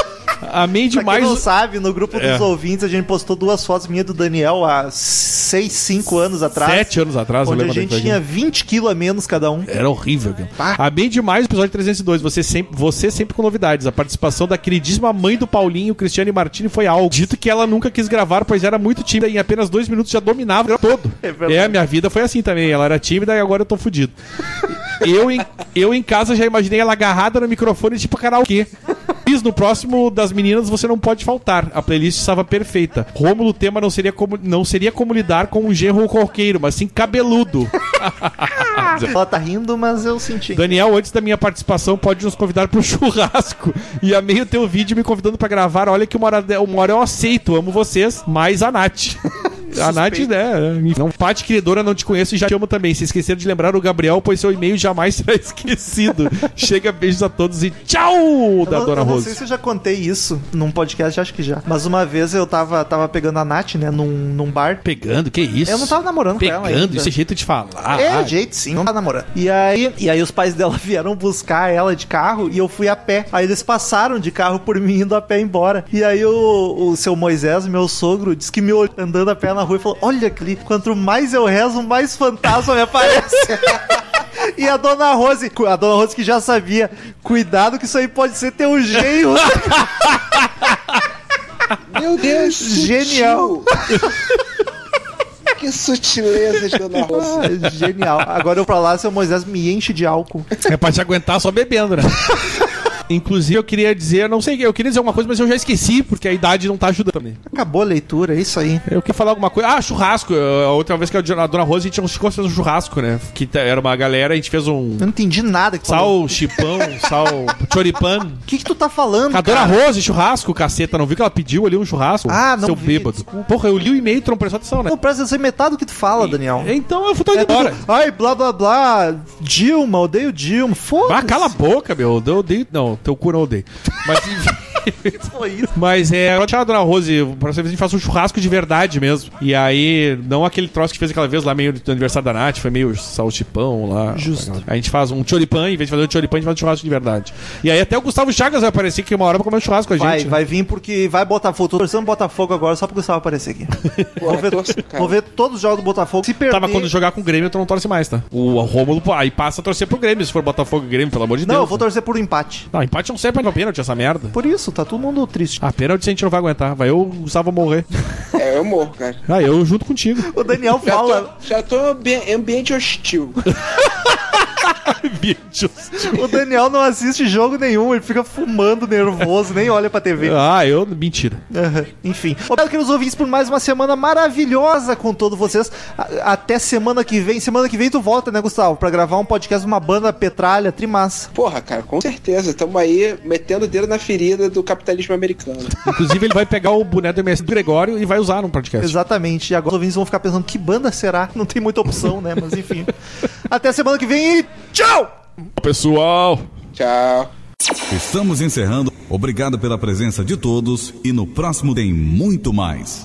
S7: Amei
S2: Pra quem
S7: demais.
S2: não
S7: o-
S2: sabe, no grupo dos
S7: É.
S2: ouvintes a gente postou duas fotos minha e do Daniel há 6, 5 anos atrás.
S7: Sete anos atrás,
S2: Onde a
S7: lembro bem
S2: gente
S7: que foi
S2: tinha 20 quilos a menos cada um.
S7: Era horrível. Cara. Amei demais o episódio 302. Você sempre, você sempre com novidades. A participação da queridíssima mãe do Paulinho, Cristiane Martini, foi algo. Dito que ela nunca quis gravar, pois era muito tímida e em apenas dois minutos já dominava o todo.
S2: É verdade.
S7: É, a minha vida foi assim também. Ela era tímida e agora eu tô fudido. Eu em, eu em casa já imaginei ela agarrada no microfone tipo karaokê. Cris, no próximo das meninas você não pode faltar. A playlist estava perfeita. Rômulo, o tema não seria como, não seria como lidar com um genro corqueiro, mas sim cabeludo.
S2: Ela tá rindo, mas eu senti.
S7: Daniel, antes da minha participação, pode nos convidar pro churrasco. E amei o teu vídeo me convidando pra gravar. Olha que uma hora, de- uma hora eu aceito, amo vocês, mas a Nath. A Nath, né? enfim, Não, Pati Criadora, não te conheço e já te amo também. Se esqueceram de lembrar o Gabriel, pois seu e-mail jamais será esquecido. Chega, beijos a todos e tchau!
S2: Eu
S7: Da
S2: não-
S7: Dona
S2: eu não
S7: Rose.
S2: sei se eu já contei isso num podcast, acho que já. Mas uma vez eu tava, tava pegando a Nath, né, num, num bar.
S7: Pegando, que isso?
S2: Eu não tava namorando com ela. ainda.
S7: jeito de falar.
S2: É, jeito sim, não tá namorando. E aí, e aí os pais dela vieram buscar ela de carro e eu fui a pé. Aí eles passaram de carro por mim indo a pé embora. E aí o, o seu Moisés, meu sogro, disse que me olhou andando a pé na rua e falou: Olha, Cli, quanto mais eu rezo, mais fantasma me aparece. E a dona Rose, cu- a dona Rose que já sabia, cuidado que isso aí pode ser teu genro.
S9: Meu Deus!
S2: Genial.
S9: sutil. que sutileza de dona Rosa.
S2: Ah, Genial. Agora eu pra lá, seu Moisés me enche de álcool.
S7: É pra te aguentar só bebendo, né? Inclusive, eu queria dizer, eu não sei, eu queria dizer alguma coisa, mas eu já esqueci, porque a idade não tá ajudando também.
S2: Acabou a leitura, é isso aí.
S7: Eu queria falar alguma coisa. Ah, churrasco. Eu- A outra vez que a dona Rosa, a gente ficou fazendo um churrasco, né? Que t- era uma galera, a gente fez um
S2: Eu não entendi nada que tu falou.
S7: sal, chipão, um sal, choripan.
S2: O que, que tu tá falando?
S7: A dona
S2: cara?
S7: Rose, churrasco, caceta, não viu que ela pediu ali um churrasco?
S2: Ah, não
S7: Seu
S2: vi,
S7: bêbado. Porra, eu li o e-mail, tu não prestou atenção, né?
S2: Não presta atenção em metade do que tu fala, Daniel.
S7: Então eu fui tô
S2: É
S7: indo
S2: tudo,
S7: embora.
S2: Ai, blá blá blá. Dilma, odeio Dilma.
S7: Ah,
S2: Foda-se.
S7: cala a boca, meu. Eu odeio. Não, teu cu não odeio. Mas enfim.
S2: Foi isso.
S7: Mas é, tchau, dona Rose. Próxima vez a gente faz um churrasco de verdade mesmo. E aí, não aquele troço que fez aquela vez lá, meio do aniversário da Nath, foi meio salchipão lá.
S2: Justo.
S7: A gente faz um choripan, em vez de fazer um choripan, a gente faz um churrasco de verdade. E aí, até o Gustavo Chagas vai aparecer aqui uma hora pra comer um churrasco com a
S2: Vai,
S7: gente.
S2: vai vir porque vai Botafogo. Tô torcendo Botafogo agora só pro Gustavo aparecer aqui.
S9: Pô,
S2: Vamos ver,
S9: torço, cara.
S2: vamos ver todos os jogos do Botafogo. Se perder...
S7: Tá, mas quando jogar com o Grêmio, tu não torce mais, tá? O Rômulo, pô, aí passa a torcer pro Grêmio, se for Botafogo e Grêmio, pelo amor de
S2: Não,
S7: Deus.
S2: eu vou torcer por um empate.
S7: Não, empate não serve pra um pênalti, essa merda.
S2: Por isso, tá todo mundo triste.
S7: Ah, pênalti a gente não vai aguentar. Vai eu, o Gustavo, morrer.
S9: É, eu morro, cara.
S7: Ah, eu junto contigo.
S2: O Daniel
S9: Já tô,
S2: fala...
S9: já tô em ambi- em ambiente hostil.
S7: Bichos.
S2: O Daniel não assiste jogo nenhum, ele fica fumando nervoso, nem olha pra TV.
S7: Ah, eu. Mentira.
S2: Aham, Enfim. Obrigado, queridos ouvintes, por mais uma semana maravilhosa com todos vocês. A- Até semana que vem. Semana que vem tu volta, né, Gustavo? Pra gravar um podcast de uma banda petralha, trimassa.
S9: Porra, cara, com certeza. Tamo aí metendo o dedo na ferida do capitalismo americano.
S7: Inclusive, ele vai pegar o boné do MS do Gregório e vai usar num podcast.
S2: Exatamente. E agora os ouvintes vão ficar pensando, que banda será? Não tem muita opção, né? Mas enfim. Até semana que vem e tchau!
S7: Pessoal.
S9: Tchau.
S10: Estamos encerrando. Obrigado pela presença de todos e no próximo tem muito mais.